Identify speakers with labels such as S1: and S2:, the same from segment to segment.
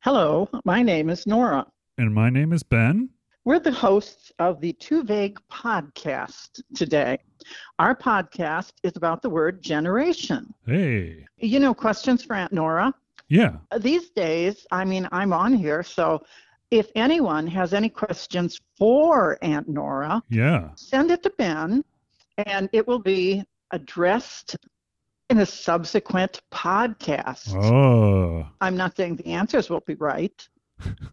S1: Hello, my name is Nora.
S2: And my name is Ben.
S1: We're the hosts of the Too Vague podcast today. Our podcast is about the word generation.
S2: Hey.
S1: You know, questions for Aunt Nora?
S2: Yeah.
S1: These days, I mean, I'm on here, so if anyone has any questions for Aunt Nora,
S2: Yeah.
S1: send it to Ben and it will be addressed in a subsequent podcast.
S2: Oh.
S1: I'm not saying the answers will be right,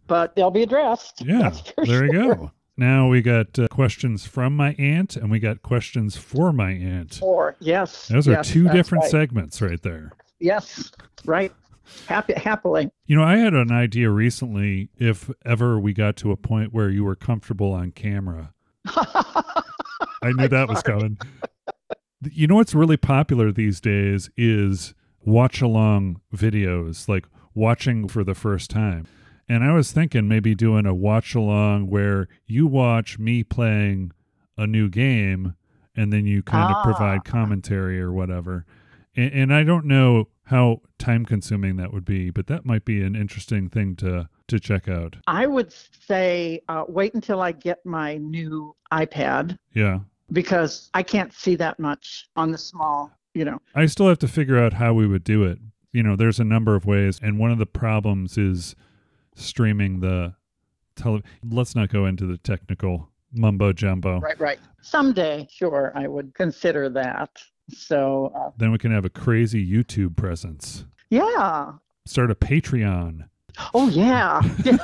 S1: but they'll be addressed.
S2: Yeah.
S1: That's for
S2: There you
S1: sure.
S2: go. Now we got uh, questions from my aunt and we got questions for my aunt.
S1: Or yes,
S2: Those
S1: yes,
S2: are two
S1: that's
S2: different
S1: right.
S2: segments right there.
S1: Yes, right. Happy, happily.
S2: You know, I had an idea recently if ever we got to a point where you were comfortable on camera. I knew that was
S1: Sorry.
S2: coming. You know what's really popular these days is watch along videos, like watching for the first time. And I was thinking maybe doing a watch along where you watch me playing a new game and then you kind
S1: Ah.
S2: of provide commentary or whatever. And, and I don't know how time consuming that would be, but that might be an interesting thing to to check out.
S1: I would say uh, wait until I get my new iPad
S2: Yeah.
S1: because I can't see that much on the small, you know.
S2: I still have to figure out how we would do it. You know, there's a number of ways, and one of the problems is streaming the tele. Let's not go into the technical mumbo jumbo.
S1: Right, right. Someday, sure, I would consider that. So, uh,
S2: Then we can have a crazy YouTube presence.
S1: yeah.
S2: Start a Patreon
S1: Oh, yeah. yeah.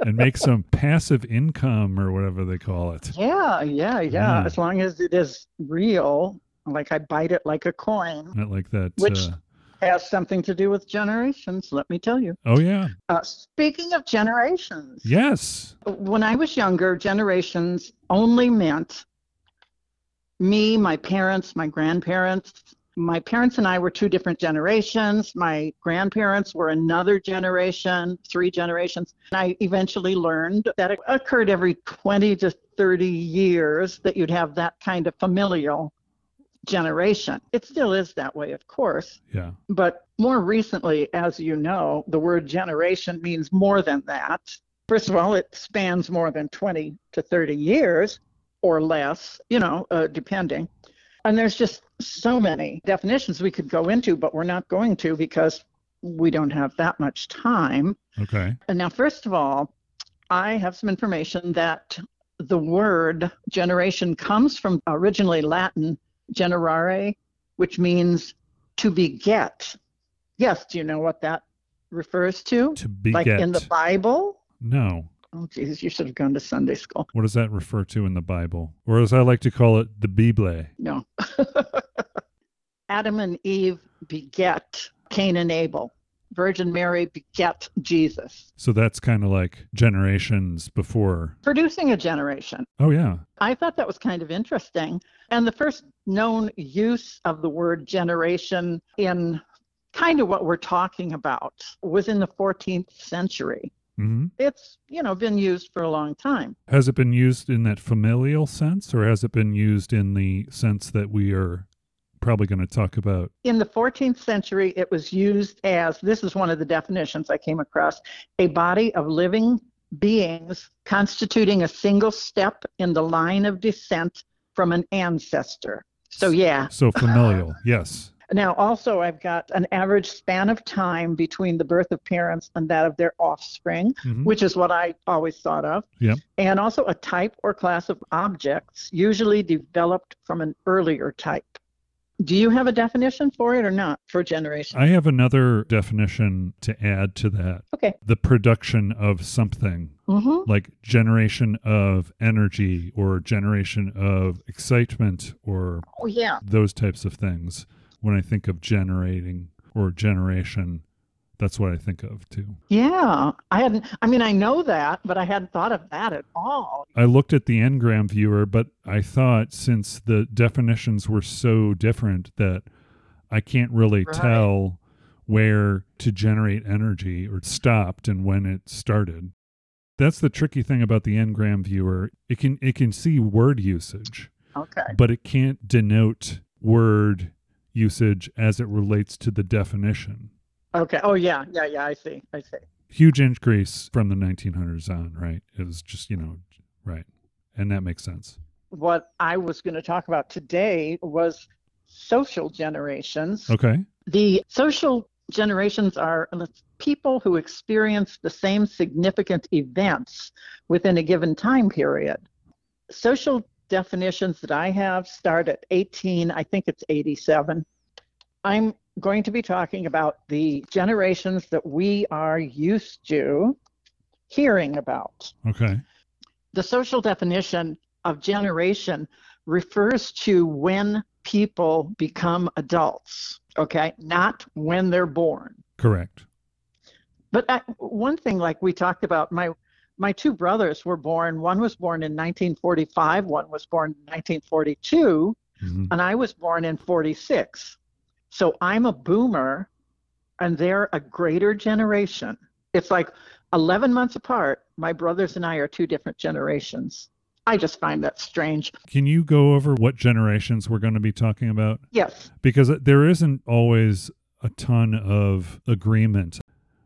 S2: and make some passive income or whatever they call it.
S1: Yeah, yeah, yeah.
S2: Yeah.
S1: As long as it is real, like I bite it like a coin,
S2: Not like that.
S1: Which-
S2: uh,
S1: has something to do with generations, let me tell you.
S2: oh yeah.
S1: Uh, speaking of generations,
S2: Yes.
S1: when I was younger, generations only meant me, my parents, my grandparents. My parents and I were two different generations. My grandparents were another generation, three generations. And I eventually learned that it occurred every 20 to 30 years that you'd have that kind of familial generation. It still is that way, of course.
S2: Yeah.
S1: But more recently, as you know, the word generation means more than that. First of all, it spans more than 20 to 30 years or less, you know, uh, depending. And there's just so many definitions we could go into, but we're not going to because we don't have that much time.
S2: Okay.
S1: And now, first of all, I have some information that the word generation comes from originally Latin generare, which means to beget. Yes, do you know what that refers to?
S2: To beget.
S1: Like in the Bible?
S2: no.
S1: Oh, geez, you should have gone to Sunday school.
S2: What does that refer to in the Bible, or as I like to call it, the Bible?
S1: No. Adam and Eve beget Cain and Abel. Virgin Mary beget Jesus,
S2: So that's kind of like generations before.
S1: producing a generation.
S2: Oh, yeah.
S1: I thought that was kind of interesting. And the first known use of the word generation in kind of what we're talking about was in the 14th century.
S2: hmm
S1: It's, you know, been used for a long time.
S2: Has it been used in that familial sense, or has it been used in the sense that we are probably going to talk about?
S1: In the 14th century, it was used as this is one of the definitions I came across a body of living beings constituting a single step in the line of descent from an ancestor. So, yeah,
S2: So, familial, yes.
S1: Now, also, I've got an average span of time between the birth of parents and that of their offspring,
S2: Mhm.
S1: which is what I always thought of.
S2: Yep.
S1: And also a type or class of objects, usually developed from an earlier type. Do you have a definition for it or not for generation?
S2: I have another definition to add to that
S1: okay.
S2: the production of something,
S1: Mm-hmm.
S2: like generation of energy or generation of excitement or
S1: Oh, yeah.
S2: those types of things. When I think of generating or generation, that's what I think of too.
S1: Yeah. I hadn't, I mean, I know that, but I hadn't thought of that at all.
S2: I looked at the Ngram viewer, but I thought since the definitions were so different that I can't really
S1: Right.
S2: tell where to generate energy or stopped and when it started. That's the tricky thing about the Ngram viewer. It can it can see word usage,
S1: Okay.
S2: but it can't denote word usage as it relates to the definition.
S1: Okay. Oh yeah, yeah, yeah. I see. I see.
S2: Huge increase from the 1900s on, right? It was just, you know, right. And that makes sense.
S1: What I was going to talk about today was social generations.
S2: Okay.
S1: The social generations are people who experience the same significant events within a given time period. Social definitions that I have start at 18, I think it's 87. I'm going to be talking about the generations that we are used to hearing about.
S2: Okay.
S1: The social definition of generation refers to when people become adults, okay? Not when they're born.
S2: Correct.
S1: But I, one thing, like we talked about, my my two brothers were born. One was born in 1945. One was born in 1942,
S2: Mhm.
S1: and I was born in 46. So I'm a boomer, and they're a greater generation. It's like 11 months apart. My brothers and I are two different generations. I just find that strange.
S2: Can you go over what generations we're going to be talking about?
S1: Yes.
S2: Because uh, there isn't always a ton of agreement,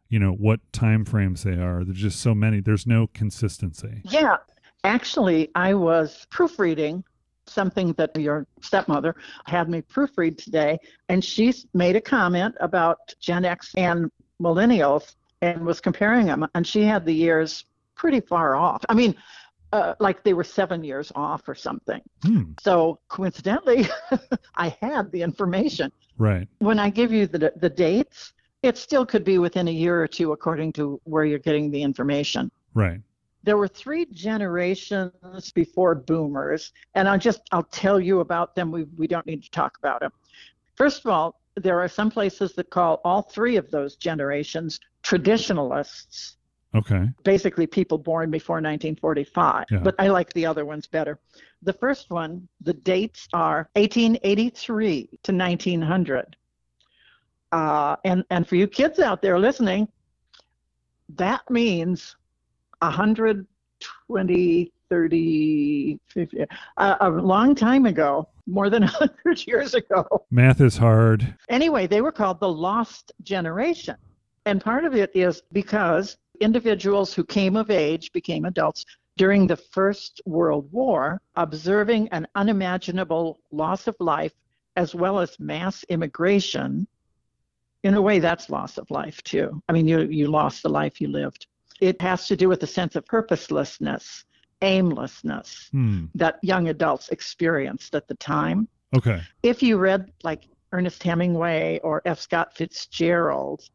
S2: you know, what time frames they are. There's just so many. There's no consistency.
S1: Yeah, actually, I was proofreading something that your stepmother had me proofread today, and she s- made a comment about Gen X and millennials and was comparing them, and she had the years pretty far off. I mean, uh, like they were seven years off or something.
S2: Hmm.
S1: So coincidentally, I had the information.
S2: Right.
S1: When I give you the, the dates, it still could be within a year or two, according to where you're getting the information
S2: Right.
S1: there were three generations before boomers and i'll just i'll tell you about them we, we don't need to talk about them first of all there are some places that call all three of those generations traditionalists
S2: Okay.
S1: basically people born before 1945
S2: Yeah.
S1: but i like the other ones better the first one the dates are 1883 to 1900 uh, and and for you kids out there listening that means 120 30 50 uh, a long time ago more than 100 years ago
S2: Math is hard.
S1: Anyway, they were called the lost generation. And part of it is because individuals who came of age, became adults during the First World War, observing an unimaginable loss of life as well as mass immigration. In a way, that's loss of life too. I mean, you, you lost the life you lived. It has to do with a sense of purposelessness, aimlessness
S2: Hmm.
S1: that young adults experienced at the time
S2: Okay.
S1: if you read like Ernest Hemingway or F. Scott Fitzgerald,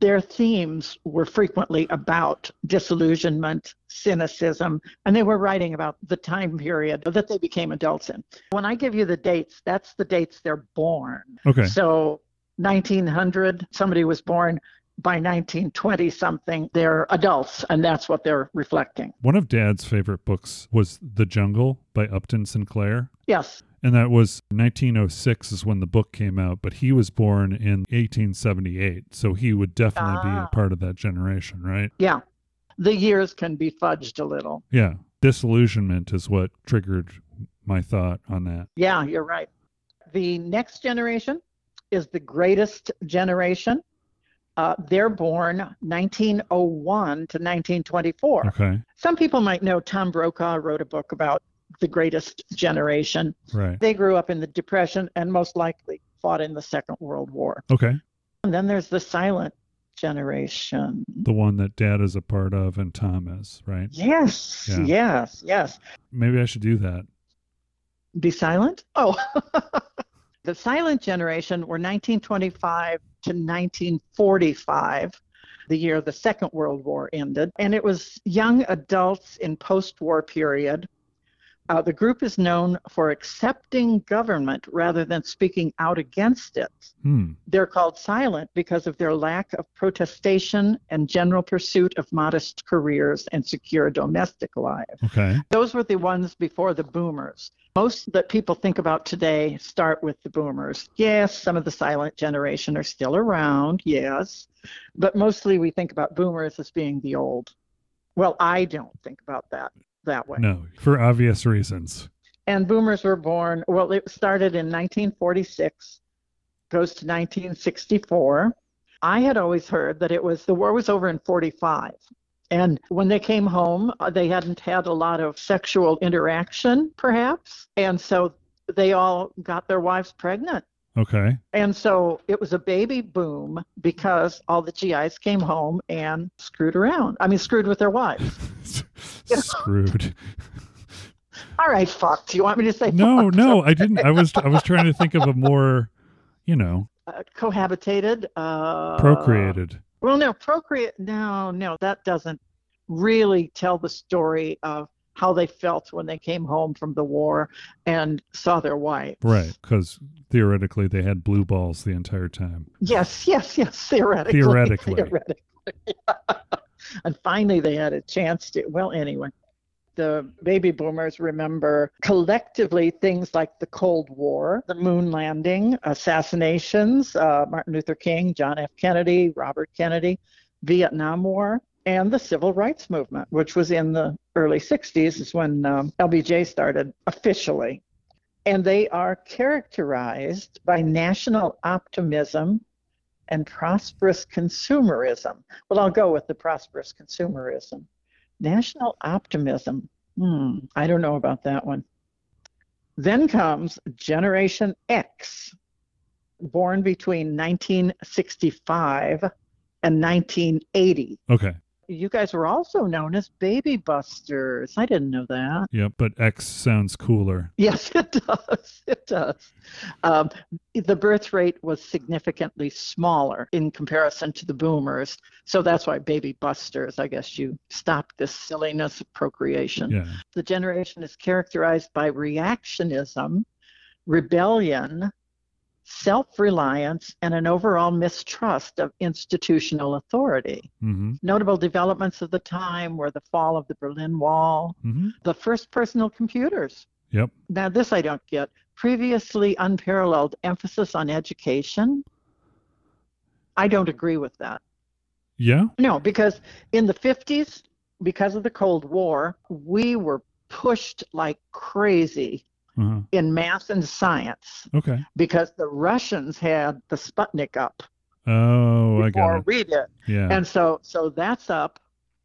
S1: their themes were frequently about disillusionment, cynicism, and they were writing about the time period that they became adults in. When I give you the dates, that's the dates they're born.
S2: Okay.
S1: So 1900, somebody was born by 1920 something, they're adults, and that's what they're reflecting.
S2: One of Dad's favorite books was The Jungle by Upton Sinclair.
S1: Yes,
S2: And that was 1906 is when the book came out, but he was born in 1878. So he would definitely be
S1: Ah.
S2: a part of that generation, right?
S1: yeah. The years can be fudged a little.
S2: Yeah. Disillusionment is what triggered my thought on that.
S1: Yeah, you're right. The next generation is the greatest generation. Uh, they're born 1901 to 1924.
S2: Okay.
S1: Some people might know Tom Brokaw wrote a book about the greatest generation.
S2: Right.
S1: They grew up in the Depression and most likely fought in the Second World War.
S2: Okay.
S1: And then there's the silent generation.
S2: The one that dad is a part of and Tom is, right?
S1: Yes,
S2: Yeah.
S1: yes, yes.
S2: Maybe I should do that.
S1: Be silent? Oh. the silent generation were 1925 to 1945, the year the Second World War ended. And it was young adults in post war period. Uh, the group is known for accepting government rather than speaking out against it.
S2: Hmm.
S1: They're called silent because of their lack of protestation and general pursuit of modest careers and secure domestic life.
S2: Okay.
S1: Those were the ones before the boomers. Most that people think about today start with the boomers. Yes, some of the silent generation are still around, yes, but mostly we think about boomers as being the old. Well, I don't think about that that way.
S2: No, for obvious reasons.
S1: And boomers were born, well, it started in 1946, goes to 1964. I had always heard that it was the war was over in 45. And when they came home, uh, they hadn't had a lot of sexual interaction, perhaps. And so they all got their wives pregnant.
S2: Okay.
S1: And so it was a baby boom because all the GIs came home and screwed around. I mean, screwed with their wives.
S2: Screwed.
S1: all right, fuck. Do you want me to say
S2: No,
S1: fucked?
S2: no, I didn't. I was I was trying to think of a more, you know,
S1: Uh, cohabitated. Uh,
S2: procreated.
S1: Well, no, procreate. No, no, that doesn't really tell the story of how they felt when they came home from the war and saw their wives.
S2: Right, because theoretically they had blue balls the entire time.
S1: Yes, yes, yes. Theoretically.
S2: Theoretically.
S1: Theoretically. and finally, they had a chance to. Well, anyway, the baby boomers remember collectively things like the Cold War, the moon landing, assassinations, uh, Martin Luther King, John F. Kennedy, Robert Kennedy, Vietnam War. And the civil rights movement, which was in the early 60s, is when um, LBJ started officially and they are characterized by national optimism and prosperous consumerism. Well, I'll go with the prosperous consumerism. National optimism. Hmm, I don't know about that one. Then comes Generation X, born between 1965 and 1980.
S2: Okay.
S1: You guys were also known as baby busters. I didn't know that.
S2: Yep. But X sounds cooler.
S1: Yes, it does. It does. Um, the birth rate was significantly smaller in comparison to the boomers. So that's why baby busters, I guess you stopped this silliness of procreation.
S2: Yeah.
S1: The generation is characterized by reactionism, rebellion, self reliance, and an overall mistrust of institutional authority.
S2: Mm-hmm.
S1: Notable developments of the time were the fall of the Berlin Wall,
S2: Mm-hmm.
S1: the first personal computers.
S2: Yep.
S1: Now, this I don't get. Previously unparalleled emphasis on education. I don't agree with that.
S2: Yeah.
S1: No, because in the 50s, because of the Cold War, we were pushed like crazy
S2: Uh-huh.
S1: in math and science
S2: Okay.
S1: because the Russians had the Sputnik up
S2: Oh, I
S1: before
S2: got it.
S1: we did.
S2: Yeah.
S1: And so, so that's up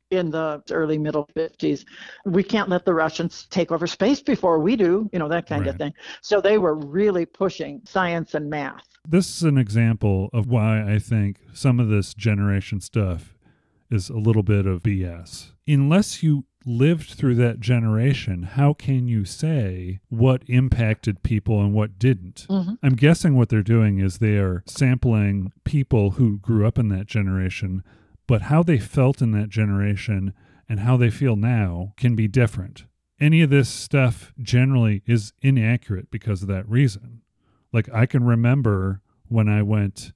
S1: in the early middle 50s. We can't let the Russians take over space before we do, you know, that kind of
S2: Right.
S1: thing. So they were really pushing science and math.
S2: this is an example of why I think some of this generation stuff is a little bit of BS. Unless you lived through that generation, how can you say what impacted people and what didn't?
S1: Mhm.
S2: I'm guessing what they're doing is they are sampling people who grew up in that generation, but how they felt in that generation and how they feel now can be different. Any of this stuff generally is inaccurate because of that reason. Like I can remember when I went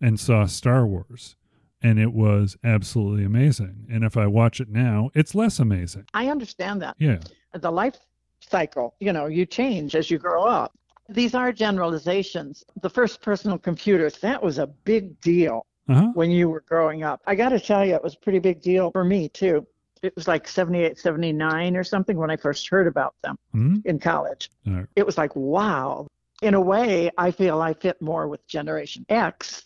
S2: and saw Star Wars and it was absolutely amazing. And if I watch it now, it's less amazing.
S1: I understand that.
S2: Yeah.
S1: The life cycle, you know, you change as you grow up. These are generalizations. The first personal computers, that was a big deal.
S2: Uh-huh.
S1: when you were growing up. I got to tell you, it was a pretty big deal for me too. It was like 78, 79 or something when I first heard about them
S2: Mhm.
S1: in college.
S2: Right.
S1: It was like, wow. In a way, I feel I fit more with Generation X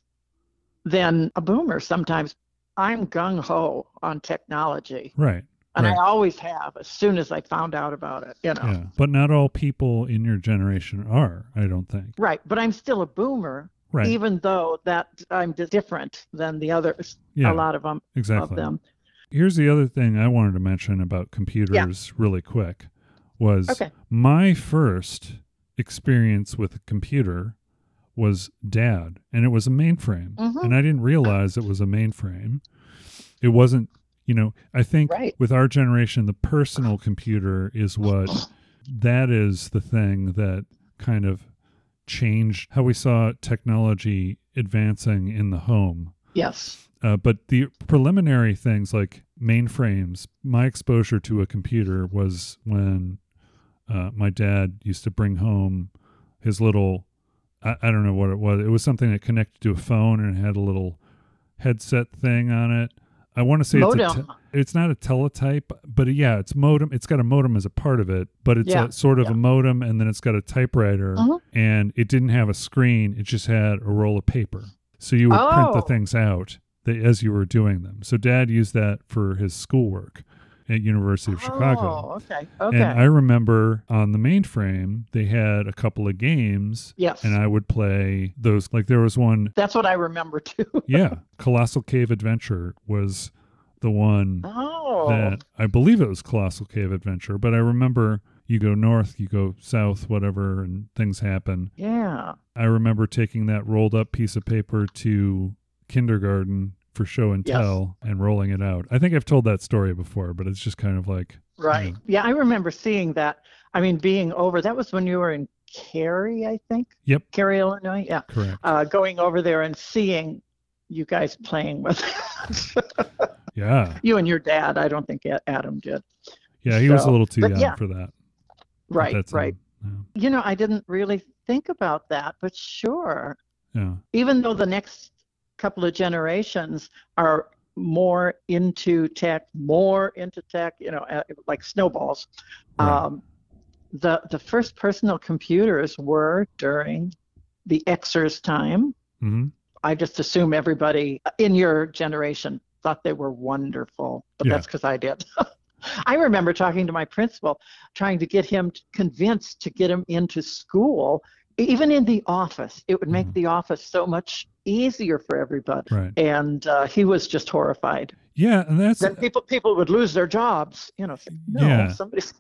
S1: than a boomer sometimes. I'm gung ho on technology,
S2: Right.
S1: and
S2: Right.
S1: I always have as soon as I found out about it, you know.
S2: Yeah. But not all people in your generation are, I don't think.
S1: Right, but I'm still a boomer,
S2: Right.
S1: even though that I'm d- different than the others,
S2: yeah.
S1: a lot of 'em-
S2: exactly.
S1: of them.
S2: Here's the other thing I wanted to mention about computers really quick was
S1: Okay.
S2: my first experience with a computer was dad and it was a mainframe
S1: Mhm.
S2: and I didn't realize it was a mainframe. It wasn't, you know, I think
S1: Right.
S2: with our generation the personal computer is what that is the thing that kind of changed how we saw technology advancing in the home
S1: Yes.
S2: uh, but the preliminary things like mainframes, my exposure to a computer was when uh, my dad used to bring home his little, I, I don't know what it was. It was something that connected to a phone and it had a little headset thing on it. I want to say it's, a
S1: Modem.
S2: te- it's not a teletype, but yeah, it's modem. It's got a modem as a part of it, but it's
S1: Yeah,
S2: a, sort of
S1: yeah.
S2: a modem, and then it's got a typewriter,
S1: Mhm.
S2: and it didn't have a screen. It just had a roll of paper. So you would print the
S1: Oh.
S2: things out that, as you were doing them. So dad used that for his schoolwork at University of Chicago.
S1: Oh, okay. Okay.
S2: And I remember on the mainframe they had a couple of games
S1: yes.
S2: and I would play those like there was one
S1: That's what I remember too.
S2: yeah, Colossal Cave Adventure was the one
S1: Oh.
S2: that I believe it was Colossal Cave Adventure, but I remember you go north, you go south, whatever, and things happen.
S1: Yeah.
S2: I remember taking that rolled up piece of paper to kindergarten for show and
S1: Yes.
S2: tell and rolling it out. I think I've told that story before, but it's just kind of like,
S1: Right. Yeah. I remember seeing that. I mean, being over, that was when you were in Cary, I think.
S2: Yep.
S1: Cary, Illinois. Yeah.
S2: correct.
S1: Uh, going over there and seeing you guys playing with
S2: Yeah.
S1: you and your dad. I don't think A- Adam did.
S2: Yeah. He was a
S1: So,
S2: little too
S1: but
S2: young
S1: yeah,
S2: for that. at
S1: Right.
S2: that time.
S1: Right. You know, I didn't really think about that, but sure.
S2: Yeah. yeah.
S1: Even though the next couple of generations are more into tech, more into tech, you know, uh, like snowballs.
S2: Right.
S1: Um, the the first personal computers were during the Xers time.
S2: hmm
S1: I just assume everybody in your generation thought they were wonderful, but
S2: Yeah.
S1: that's because I did. I remember talking to my principal, trying to get him t- convinced to get him into school, even in the office. It would make
S2: Mhm.
S1: the office so much easier for everybody.
S2: Right.
S1: And uh, he was just horrified.
S2: Yeah. And that's,
S1: Then people people would lose their jobs. You know, it's like, no,
S2: Yeah.
S1: somebody's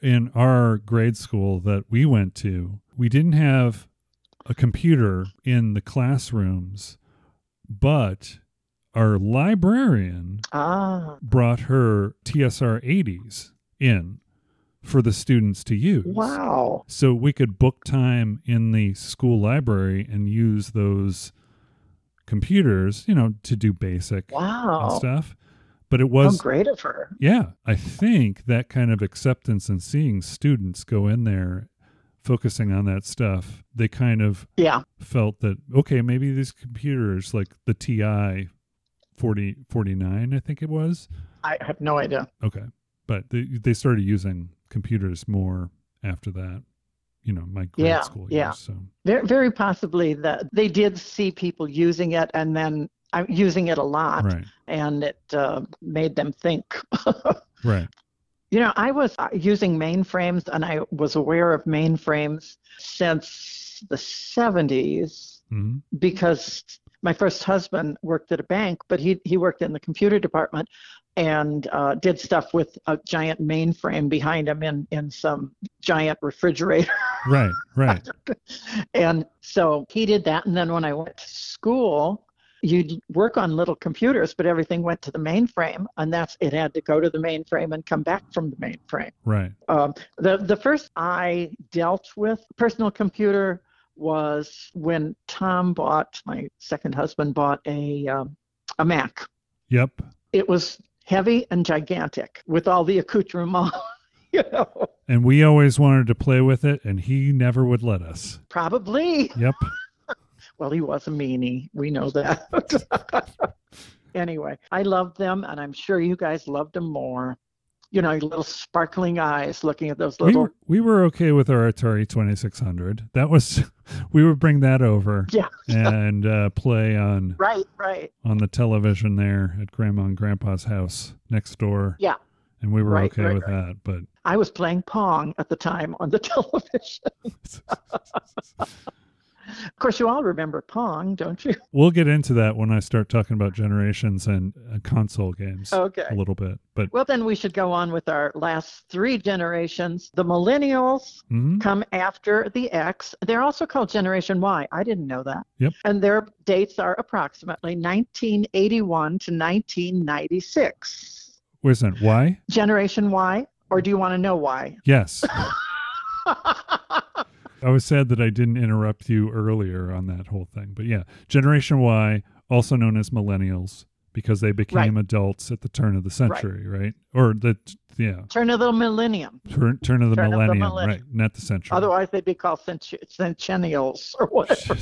S2: in our grade school that we went to, we didn't have a computer in the classrooms, but our librarian
S1: ah
S2: brought her TSR 80s in for the students to use.
S1: wow.
S2: So we could book time in the school library and use those computers, you know, to do basic and
S1: Wow.
S2: stuff. But uh, it
S1: How
S2: was
S1: great of her.
S2: yeah, I think that kind of acceptance and seeing students go in there focusing on that stuff, they kind of
S1: Yeah.
S2: felt that okay, maybe these computers like the TI 40 49 I think it was.
S1: I have no idea.
S2: Okay. But they they started using computers more after that, you know, my grade
S1: Yeah,
S2: school
S1: yeah.
S2: years. So
S1: Very, very possibly that they did see people using it and then uh, using it a lot,
S2: right.
S1: and it uh, made them think.
S2: Right.
S1: you know, I was uh, using mainframes, and I was aware of mainframes since the 70s
S2: hmm
S1: because my first husband worked at a bank, but he he worked in the computer department and uh, did stuff with a giant mainframe behind him in in some giant refrigerator.
S2: Right. Right.
S1: And so he did that. And then when I went to school, you'd work on little computers, but everything went to the mainframe, and that's it had to go to the mainframe and come back from the mainframe.
S2: Right.
S1: Um, the the first I dealt with personal computer was when Tom bought my second husband bought a um, a Mac.
S2: Yep.
S1: It was heavy and gigantic with all the accoutrements, you know.
S2: And we always wanted to play with it and he never would let us.
S1: Probably
S2: Yep.
S1: Well, he was a meanie. We know that. anyway, I loved them, and I'm sure you guys loved them more. You know, your little sparkling eyes looking at those
S2: we,
S1: little.
S2: we were okay with our Atari 2600. That was we would bring that over
S1: Yeah.
S2: and uh, play on
S1: Right, right.
S2: on the television there at grandma and grandpa's house next door.
S1: Yeah.
S2: And we were
S1: Right,
S2: okay
S1: right,
S2: with that,
S1: I was playing Pong at the time on the television.
S2: but
S1: Of course, you all remember Pong, don't you?
S2: we'll get into that when I start talking about generations and uh, console games a
S1: Okay.
S2: little bit. But
S1: Well, then we should go on with our last three generations. The millennials,
S2: mhm,
S1: come after the X. They're also called Generation Y. I didn't know that.
S2: Yep.
S1: And their dates are approximately 1981 to 1996.
S2: wait a second, why?
S1: Generation Y, or do you want to know why?
S2: Yes. I was sad that I didn't interrupt you earlier on that whole thing. But yeah, Generation Y, also known as millennials, because they became adults at the turn of the century, right? Or the yeah,
S1: Turn of the millennium.
S2: turn, turn of the
S1: Turn of the
S2: millennium,
S1: millennium.
S2: right? Not the century.
S1: Otherwise, they'd be called centu- centennials or whatever.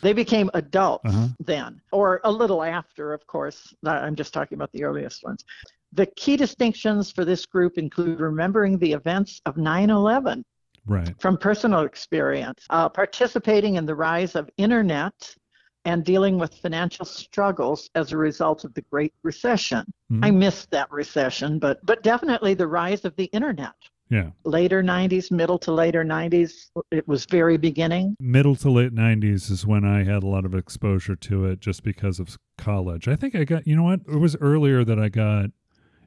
S1: They became adults
S2: Uh-huh.
S1: then, or a little after, of course. I- I'm just talking about the earliest ones. The key distinctions for this group include remembering the events of 9 11,
S2: Right.
S1: from personal experience, uh, participating in the rise of internet and dealing with financial struggles as a result of the Great Recession.
S2: Mhm.
S1: I missed that recession, but but definitely the rise of the internet.
S2: Yeah.
S1: Later 90s, middle to later 90s, it was very beginning.
S2: Middle to late 90s is when I had a lot of exposure to it just because of college. I think I got, you know what? It was earlier that I got,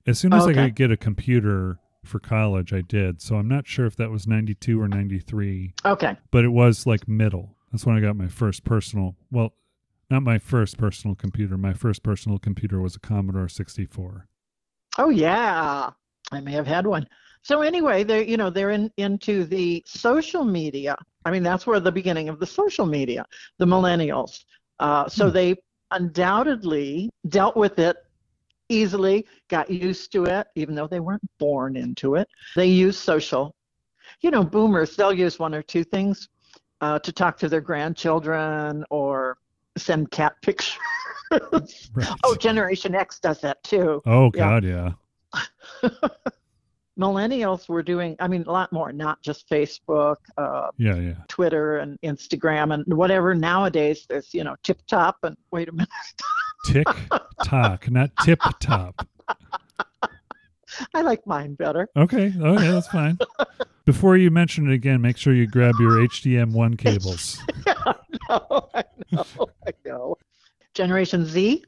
S2: as soon as I
S1: Okay.
S2: could get a computer for college, I did. So I'm not sure if that was 92 or 93,
S1: Okay.
S2: but it was like middle. That's when I got my first personal, well, not my first personal computer. My first personal computer was a Commodore 64.
S1: Oh yeah, I may have had one. So anyway, they're you know they're in into the social media. I mean that's where the beginning of the social media, the millennials. Uh, so
S2: Hmm.
S1: they undoubtedly dealt with it easily, got used to it, even though they weren't born into it. They use social. You know, boomers they'll use one or two things uh, to talk to their grandchildren or send cat pictures.
S2: Right.
S1: oh, Generation X does that too
S2: Oh,
S1: yeah.
S2: God, yeah.
S1: millennials were doing i mean a lot more not just facebook uh,
S2: Yeah, yeah.
S1: twitter and instagram and whatever nowadays there's you know tip top and wait a minute
S2: Tick tock, not tip top.
S1: i like mine better
S2: Okay. Okay, that's fine. Before you mention it again, make sure you grab your HDM1 cables.
S1: no, i know i know generation z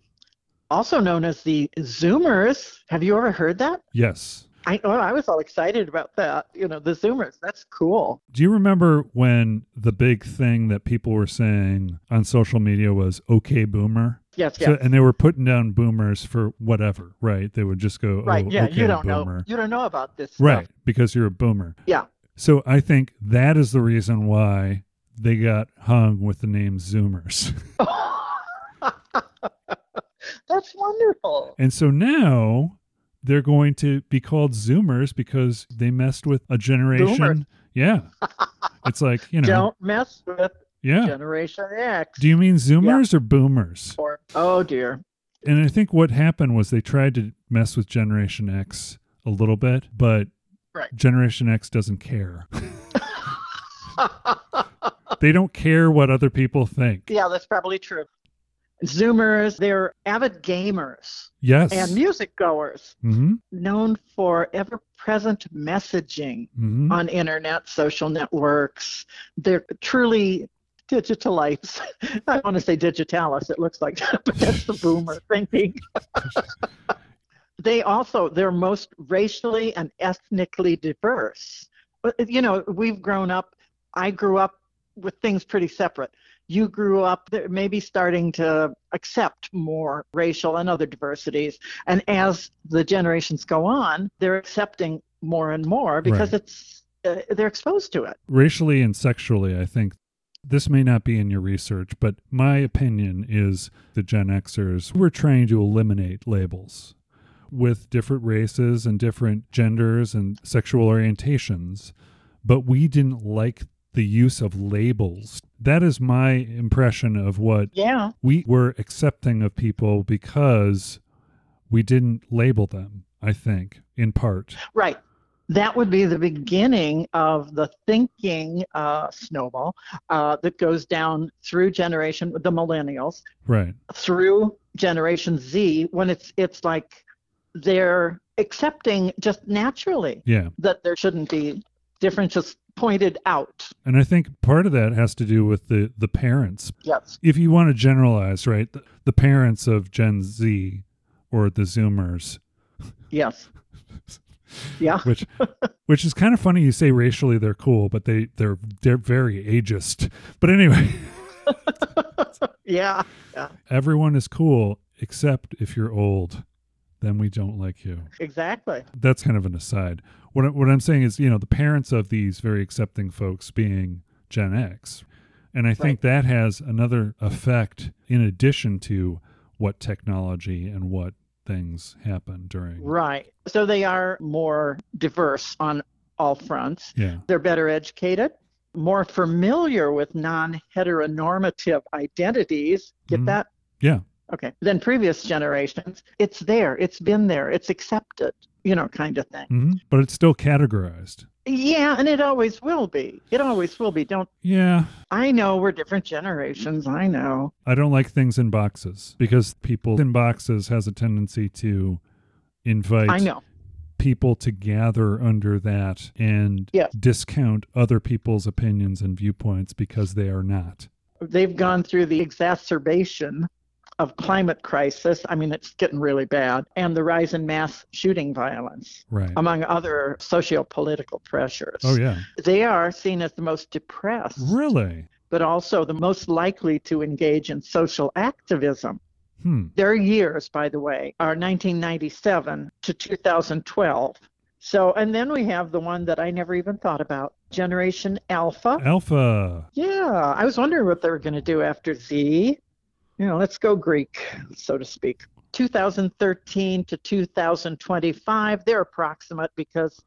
S1: also known as the zoomers have you ever heard that
S2: Yes.
S1: i oh, i was all excited about that you know the zoomers that's cool
S2: Do you remember when the big thing that people were saying on social media was okay boomer?
S1: yes yes
S2: So, and they were putting down boomers for whatever, right? They would just go,
S1: right
S2: oh,
S1: yeah
S2: okay,
S1: you don't
S2: boomer.
S1: know you don't know about this stuff.
S2: Right, because you're a boomer.
S1: Yeah.
S2: So I think that is the reason why they got hung with the name Zoomers.
S1: that's wonderful
S2: And so now they're going to be called Zoomers because they messed with a generation.
S1: Boomers.
S2: Yeah. It's like, you know,
S1: Don't mess with
S2: yeah.
S1: Generation X.
S2: Do you mean Zoomers or Boomers?
S1: or, oh dear.
S2: And I think what happened was they tried to mess with Generation X a little bit, but
S1: Right.
S2: Generation X doesn't care. they don't care what other people think.
S1: yeah, that's probably true. Zoomers, they're avid gamers
S2: Yes.
S1: and music goers,
S2: mm-hmm.
S1: known for ever present messaging
S2: Mm-hmm.
S1: on internet, social networks. They're truly digitalites. I want to say digitalis, it looks like that, but that's the boomer thinking. they also, they're most racially and ethnically diverse. But, uh, You know, we've grown up, I grew up with things pretty separate. You grew up there- maybe starting to accept more racial and other diversities. And as the generations go on, they're accepting more and more because
S2: Right.
S1: it's uh, they're exposed to it.
S2: racially and sexually, I think this may not be in your research, but my opinion is the Gen Xers were trying to eliminate labels with different races and different genders and sexual orientations, but we didn't like the use of labels. That is my impression of what
S1: Yeah.
S2: we were accepting of people because we didn't label them, I think, in part.
S1: Right. That would be the beginning of the thinking uh, snowball uh, that goes down through generation, the millennials,
S2: Right.
S1: through Generation Z, when it's it's like they're accepting just naturally
S2: Yeah.
S1: that there shouldn't be differences pointed out.
S2: And I think part of that has to do with the the parents.
S1: Yes.
S2: If you want to generalize, right, the, the parents of Gen Z or the Zoomers,
S1: Yes. Yeah.
S2: which which is kind of funny. You say racially they're cool, but they they're they're very ageist. But anyway,
S1: Yeah.
S2: everyone is cool except if you're old, then we don't like you.
S1: Exactly.
S2: That's kind of an aside. What I- what I'm saying is, you know, the parents of these very accepting folks being Gen X, and I think that has another effect in addition to what technology and what things happen during.
S1: Right. So they are more diverse on all fronts.
S2: Yeah,
S1: They're better educated, more familiar with non heteronormative identities. Get
S2: Mhm.
S1: that?
S2: Yeah.
S1: Okay. Than previous generations. It's there, it's been there, it's accepted, you know, kind of thing.
S2: Mm-hmm. hmm but it's still categorized.
S1: Yeah, and it always will be. It always will be. Don't
S2: Yeah,
S1: I know we're different generations. I know.
S2: I don't like things in boxes because people in boxes has a tendency to invite
S1: I know.
S2: people to gather under that and
S1: Yes.
S2: discount other people's opinions and viewpoints because they are not.
S1: They've gone through the exacerbation of climate crisis. I mean, it's getting really bad, and the rise in mass shooting violence,
S2: Right.
S1: among other socio-political pressures.
S2: oh yeah.
S1: They are seen as the most depressed,
S2: Really?
S1: but also the most likely to engage in social activism.
S2: Hmm.
S1: Their years, by the way, are 1997 to 2012. So, and then we have the one that I never even thought about Generation Alpha.
S2: Alpha.
S1: Yeah, I was wondering what they were going to do after Z. You know, let's go Greek, so to speak. 2013 to 2025, they're approximate because,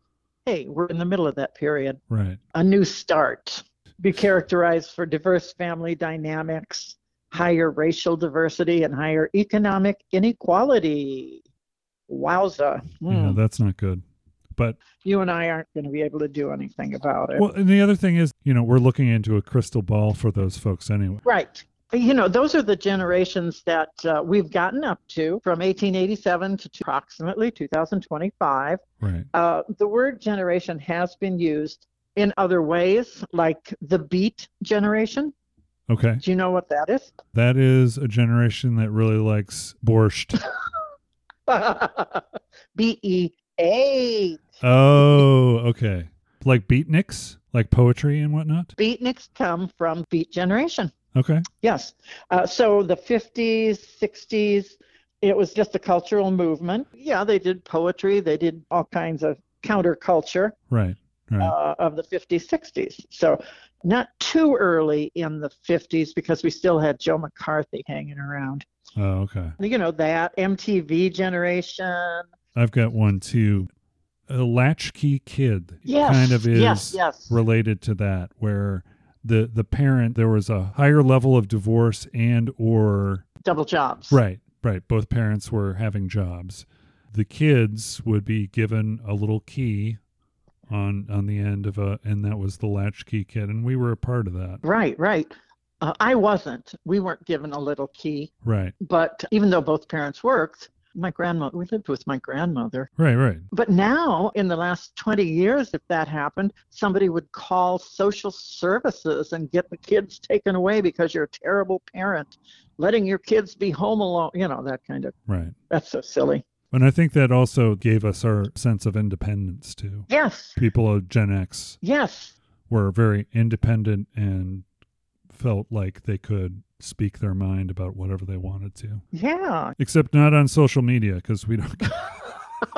S1: hey, we're in the middle of that period.
S2: Right.
S1: A new start, be characterized for diverse family dynamics, higher racial diversity, and higher economic inequality. Wowza.
S2: Yeah,
S1: Hmm.
S2: that's not good. But
S1: You and I aren't going to be able to do anything about it.
S2: well, and the other thing is, you know, we're looking into a crystal ball for those folks anyway.
S1: Right. You know, those are the generations that uh, we've gotten up to from 1887 to approximately 2025.
S2: Right.
S1: Uh, the word generation has been used in other ways, like the beat generation.
S2: Okay.
S1: Do you know what that is?
S2: That is a generation that really likes borscht.
S1: B E A.
S2: oh, okay. Like beatniks, like poetry and whatnot.
S1: Beatniks come from beat generation.
S2: Okay.
S1: Yes. Uh, so the 50s, 60s, it was just a cultural movement. Yeah, they did poetry, they did all kinds of counterculture
S2: Right. Right.
S1: uh, of the 50s, 60s. So not too early in the 50s because we still had Joe McCarthy hanging around.
S2: oh, okay.
S1: You know, that MTV generation.
S2: I've got one too. A latchkey kid
S1: Yes.
S2: kind of is
S1: yes, yes.
S2: related to that, where the the parent there was a higher level of divorce and or
S1: Double jobs.
S2: right, right. Both parents were having jobs. The kids would be given a little key on on the end of a, and that was the latchkey kid, and we were a part of that.
S1: Right, right. Uh, I wasn't. We weren't given a little key,
S2: Right,
S1: but even though both parents worked, my grandmother, we lived with my grandmother.
S2: right, right.
S1: But now, in the last 20 years, if that happened, somebody would call social services and get the kids taken away because you're a terrible parent, letting your kids be home alone. You know, that kind of,
S2: Right.
S1: that's so silly.
S2: And I think that also gave us our sense of independence too.
S1: Yes,
S2: People of Gen X
S1: yes,
S2: were very independent and felt like they could speak their mind about whatever they wanted to
S1: yeah.
S2: except not on social media because we don't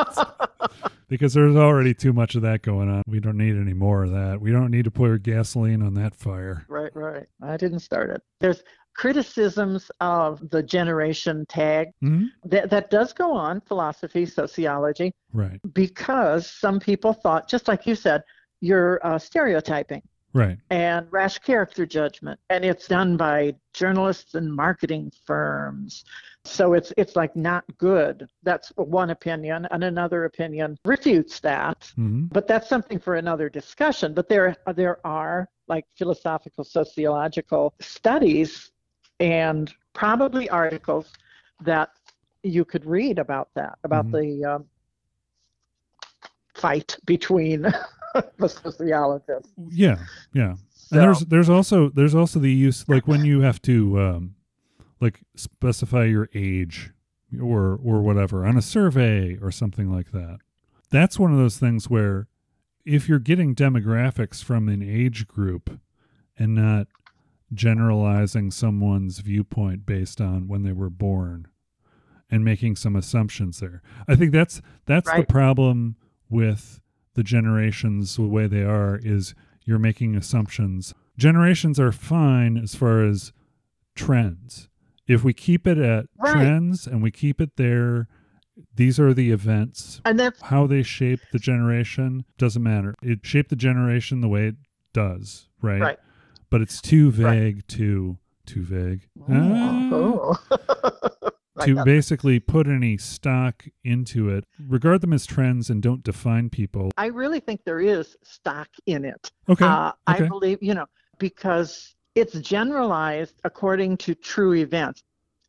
S2: because there's already too much of that going on we don't need any more of that we don't need to pour gasoline on that fire
S1: right, right. I didn't start it. There's criticisms of the generation tag
S2: hmm
S1: that, that does go on philosophy, sociology,
S2: right
S1: because some people thought, just like you said, you're uh, stereotyping.
S2: right
S1: and rash character judgment and it's done by journalists and marketing firms so it's it's like not good that's one opinion and another opinion refutes that
S2: hmm
S1: but that's something for another discussion but there there are like philosophical sociological studies and probably articles that you could read about that about
S2: Mm-hmm.
S1: the um, fight between the sociologists
S2: yeah yeah
S1: So-
S2: and there's there's also there's also the use like when you have to um like specify your age or or whatever on a survey or something like that that's one of those things where if you're getting demographics from an age group and not generalizing someone's viewpoint based on when they were born and making some assumptions there i think that's that's
S1: Right.
S2: the problem with the generations the way they are is you're making assumptions generations are fine as far as trends if we keep it at
S1: Right.
S2: trends and we keep it there these are the events
S1: and that's
S2: how they shape the generation doesn't matter. It shaped the generation the way it does, right?
S1: Right.
S2: But it's too
S1: Right.
S2: vague, Mm. too too vague. Ah,
S1: Oh. like
S2: to
S1: that.
S2: basically put any stock into it, regard them as trends, and don't define people.
S1: I really think there is stock in it.
S2: Okay.
S1: Uh, I
S2: okay.
S1: believe, you know, because it's generalized according to true events.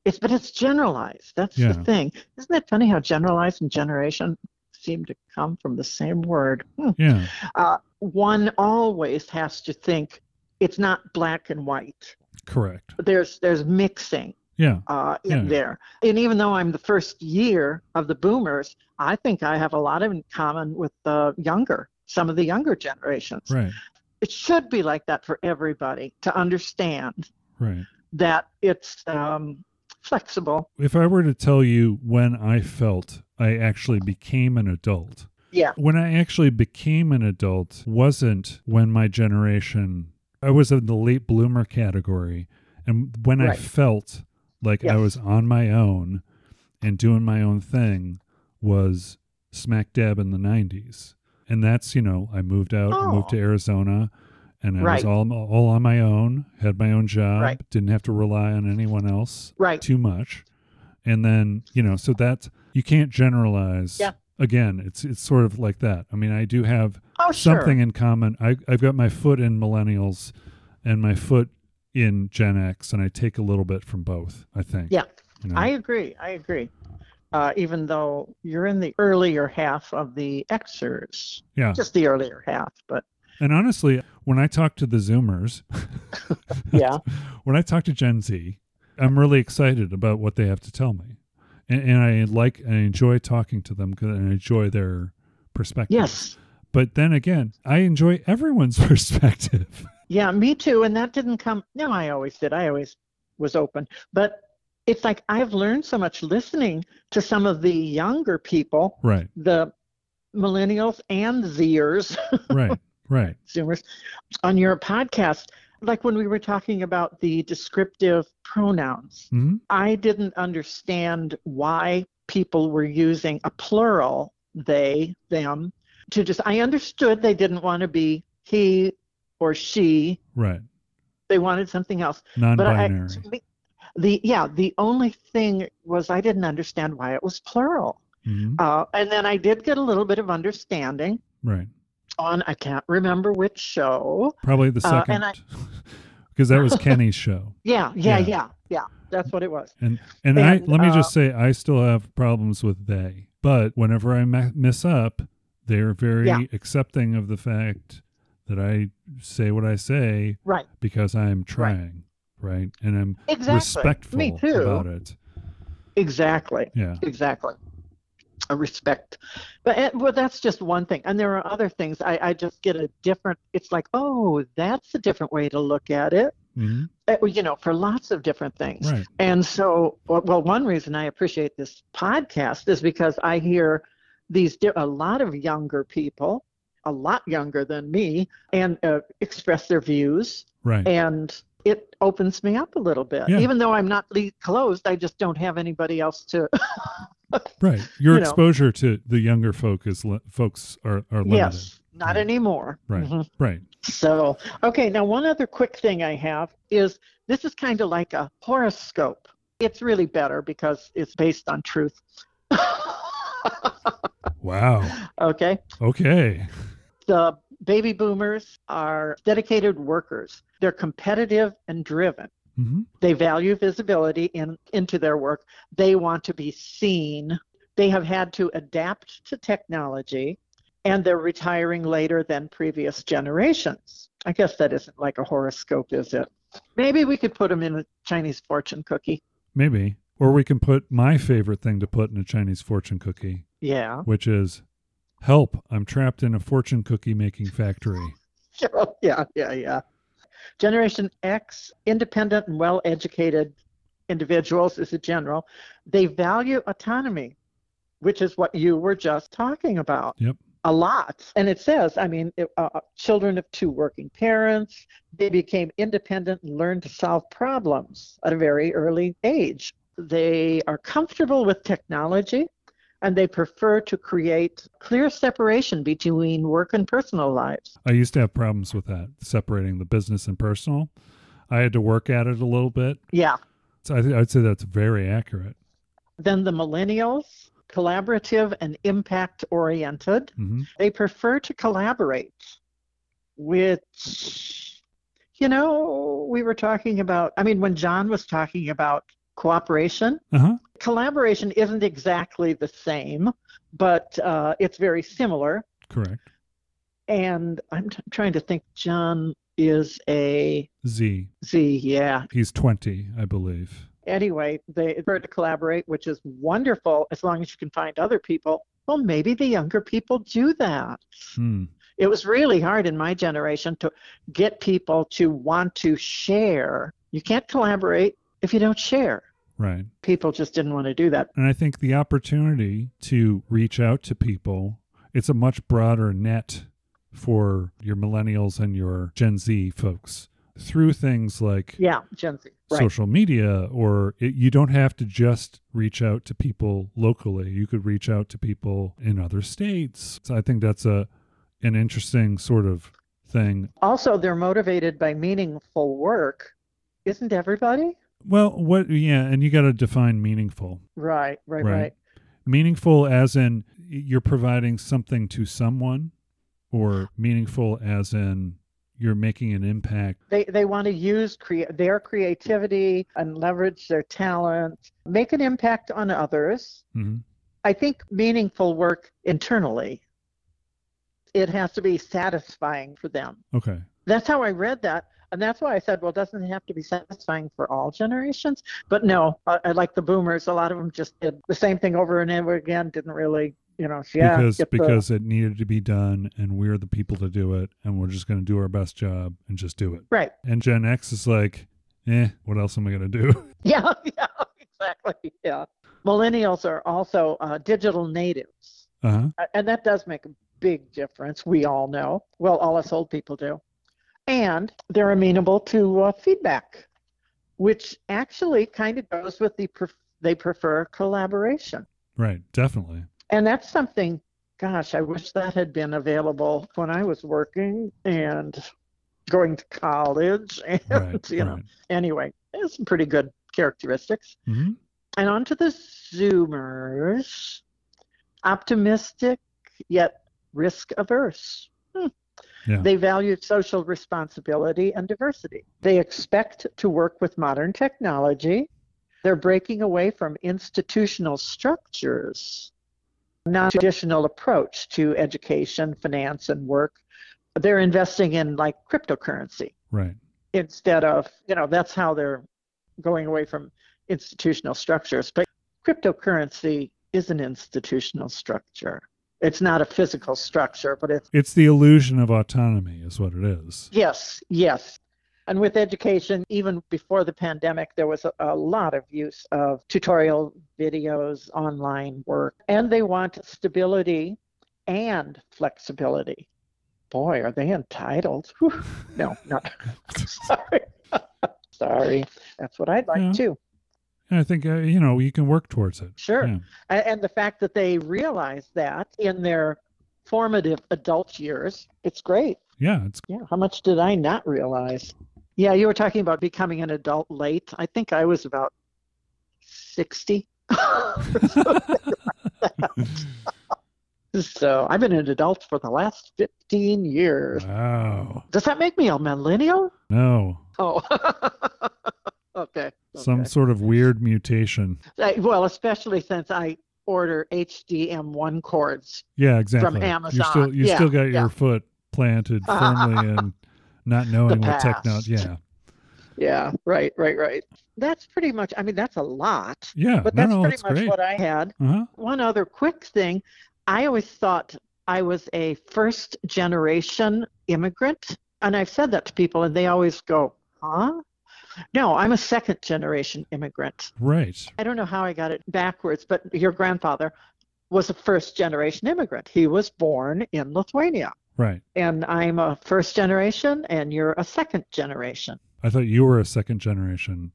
S1: It's but it's generalized. That's
S2: Yeah.
S1: the thing. Isn't it funny how generalized and generation seem to come from the same word? Hmm.
S2: yeah.
S1: Uh, one always has to think it's not black and white.
S2: Correct.
S1: There's there's mixing
S2: Yeah.
S1: uh, in
S2: Yeah.
S1: there. And even though I'm the first year of the boomers, I think I have a lot in common with the younger, some of the younger generations.
S2: Right.
S1: It should be like that for everybody to understand
S2: Right.
S1: that it's um, flexible.
S2: If I were to tell you when I felt I actually became an adult,
S1: Yeah.
S2: when I actually became an adult wasn't when my generation, I was in the late bloomer category. And when I
S1: Right.
S2: felt like I
S1: Yes.
S2: was on my own and doing my own thing was smack dab in the 90s. And that's, you know, I moved out, I moved
S1: Oh.
S2: to Arizona, and I was
S1: Right.
S2: all, all on my own, had my own job,
S1: Right.
S2: didn't have to rely on anyone else
S1: Right.
S2: too much and then you know so that's you can't generalize
S1: Yeah.
S2: again it's it's sort of like that i mean i do have
S1: Oh,
S2: something
S1: sure.
S2: in common I, i've got my foot in millennials and my foot in gen x and i take a little bit from both i think
S1: Yeah.
S2: you know?
S1: I agree. I agree. Uh, even though you're in the earlier half of the Xers,
S2: yeah
S1: just the earlier half, but
S2: and honestly when i talk to the zoomers
S1: yeah,
S2: when i talk to gen z i'm really excited about what they have to tell me and, and i like and i enjoy talking to them 'cause i enjoy their perspective
S1: yes.
S2: But then again, I enjoy everyone's perspective.
S1: Yeah, me too. And that didn't come. No, I always did. I always was open. But it's like I've learned so much listening to some of the younger people,
S2: Right,
S1: the millennials and Zers,
S2: right, right.
S1: Zoomers, on your podcast. Like when we were talking about the descriptive pronouns,
S2: hmm
S1: I didn't understand why people were using a plural, they, them, to just, I understood they didn't want to be he or she.
S2: Right.
S1: They wanted something else.
S2: Non
S1: But I,
S2: binary.
S1: to me- the yeah, the only thing was I didn't understand why it was plural.
S2: hmm
S1: Uh, and then I did get a little bit of understanding
S2: Right.
S1: on I can't remember which show.
S2: Probably the
S1: Uh,
S2: second.
S1: and I-
S2: Because that was Kenny's show.
S1: Yeah, yeah,
S2: Yeah.
S1: yeah, yeah. that's what it was.
S2: And, and, I,
S1: And,
S2: let me
S1: uh,
S2: just say, I still have problems with they. But whenever I ma- mess up, they're very
S1: Yeah.
S2: accepting of the fact that I say what I say
S1: Right.
S2: because I'm trying. Right. And I'm
S1: Exactly.
S2: respectful
S1: Me too.
S2: about it.
S1: Exactly.
S2: Yeah.
S1: Exactly. A respect. But eh, well, that's just one thing. And there are other things. I, I just get a different, it's like, oh, that's a different way to look at it,
S2: hmm
S1: Eh, well, you know, for lots of different things.
S2: Right.
S1: And so, well- well, one reason I appreciate this podcast is because I hear these di- a lot of younger people, a lot younger than me, and uh, express their views,
S2: Right.
S1: and it opens me up a little bit.
S2: Yeah.
S1: Even though I'm not le- closed, I just don't have anybody else to.
S2: Right. Your
S1: you know.
S2: exposure to the younger folk is li- folks are, are limited.
S1: yes, not
S2: Yeah.
S1: anymore.
S2: Right.
S1: Mhm.
S2: Right.
S1: So, okay, now one other quick thing I have is this is kind of like a horoscope. It's really better because it's based on truth.
S2: Wow.
S1: okay.
S2: Okay.
S1: The baby boomers are dedicated workers. They're competitive and driven.
S2: hmm
S1: They value visibility in, into their work. They want to be seen. They have had to adapt to technology and they're retiring later than previous generations. I guess that isn't like a horoscope, is it? Maybe we could put them in a Chinese fortune cookie.
S2: Maybe. Or we can put my favorite thing to put in a Chinese fortune cookie,
S1: Yeah.
S2: which is help. I'm trapped in a fortune cookie making factory.
S1: yeah, yeah, yeah. Generation X, independent and well educated individuals is a general. They value autonomy, which is what you were just talking about.
S2: Yep.
S1: A lot. And it says, I mean, it, uh, uh, children of two working parents, they became independent and learned to solve problems at a very early age. They are comfortable with technology and they prefer to create clear separation between work and personal lives.
S2: I used to have problems with that, separating the business and personal. I had to work at it a little bit.
S1: Yeah.
S2: So I th- I'd say that's very accurate.
S1: Then the millennials, collaborative and impact oriented.
S2: hmm
S1: They prefer to collaborate, which, you know, we were talking about. I mean, when John was talking about cooperation,
S2: Uh huh.
S1: collaboration isn't exactly the same, but uh, it's very similar.
S2: Correct.
S1: And I'm t- trying to think, John is a
S2: Z.
S1: Z, yeah.
S2: He's 20, I believe.
S1: Anyway, they prefer to collaborate, which is wonderful as long as you can find other people. Well, maybe the younger people do that.
S2: Hmm.
S1: It was really hard in my generation to get people to want to share. You can't collaborate if you don't share.
S2: Right.
S1: People just didn't want to do that.
S2: And I think the opportunity to reach out to people, it's a much broader net for your millennials and your Gen Z folks through things like
S1: Yeah, Gen Z. Right.
S2: social media or it, you don't have to just reach out to people locally you could reach out to people in other states so i think that's a an interesting sort of thing
S1: also they're motivated by meaningful work isn't everybody
S2: well what yeah and you got to define meaningful
S1: right right
S2: Right.
S1: right,
S2: meaningful as in you're providing something to someone or meaningful as in you're making an impact
S1: They, they want to use crea- their creativity and leverage their talent make an impact on others
S2: Mhm.
S1: i think meaningful work internally it has to be satisfying for them
S2: okay
S1: that's how i read that and that's why i said well doesn't it have to be satisfying for all generations but no i, I like the boomers a lot of them just did the same thing over and over again didn't really you know yeah
S2: because
S1: get the-
S2: because it needed to be done and we're the people to do it and we're just going to do our best job and just do it
S1: right
S2: And Gen X is like, eh, what else am I going to do?
S1: Yeah, yeah, exactly. Yeah. Millennials are also uh, digital natives,
S2: Uh huh.
S1: A- and that does make a big difference. We all know. Well, all us old people do. And they're amenable to uh, feedback, which actually kind of goes with the pref- they prefer collaboration.
S2: Right. Definitely.
S1: And that's something, gosh, I wish that had been available when I was working and going to college. And,
S2: Right.
S1: you know,
S2: right.
S1: anyway, it's some pretty good characteristics.
S2: Mhm.
S1: And on to the Zoomers. Optimistic, yet risk averse. Hmm.
S2: Yeah.
S1: They value social responsibility and diversity. They expect to work with modern technology. They're breaking away from institutional structures, non traditional approach to education, finance, and work. They're investing in like cryptocurrency
S2: Right.
S1: instead of you know that's how they're going away from institutional structures but cryptocurrency is an institutional structure it's not a physical structure but it's
S2: It's the illusion of autonomy, is what it is.
S1: yes yes and with education even before the pandemic there was a, a lot of use of tutorial videos online work and they want stability and flexibility boy are they entitled Whew. no not Sorry. Sorry. That's what I'd like
S2: Yeah.
S1: too.
S2: And I think, uh, you know, you can work towards it.
S1: Sure.
S2: Yeah.
S1: A- And the fact that they realize that in their formative adult years, it's great.
S2: Yeah. It's
S1: Yeah. How much did I not realize? Yeah. You were talking about becoming an adult late. I think I was about 60. so I've been an adult for the last 15 years.
S2: wow.
S1: Does that make me a millennial?
S2: No.
S1: Oh. okay.
S2: Some
S1: okay.
S2: sort of weird mutation.
S1: Uh, well, especially since I order HDM1 cords.
S2: Yeah. Exactly. You
S1: Amazon.
S2: still you
S1: Yeah,
S2: still got
S1: yeah.
S2: your foot planted firmly in not knowing what technology.
S1: past.
S2: Yeah.
S1: Yeah, right, right, right. That's pretty much, I mean, that's a lot,
S2: Yeah.
S1: but
S2: no,
S1: that's
S2: no,
S1: pretty
S2: it's
S1: much
S2: great.
S1: what I had.
S2: Uh huh.
S1: One other quick thing I always thought I was a first generation immigrant, and I've said that to people, and they always go, huh? No, I'm a second generation immigrant.
S2: Right.
S1: I don't know how I got it backwards, but your grandfather was a first generation immigrant. He was born in Lithuania.
S2: Right.
S1: and I'm a first generation and you're a second generation.
S2: I thought you were a second generation.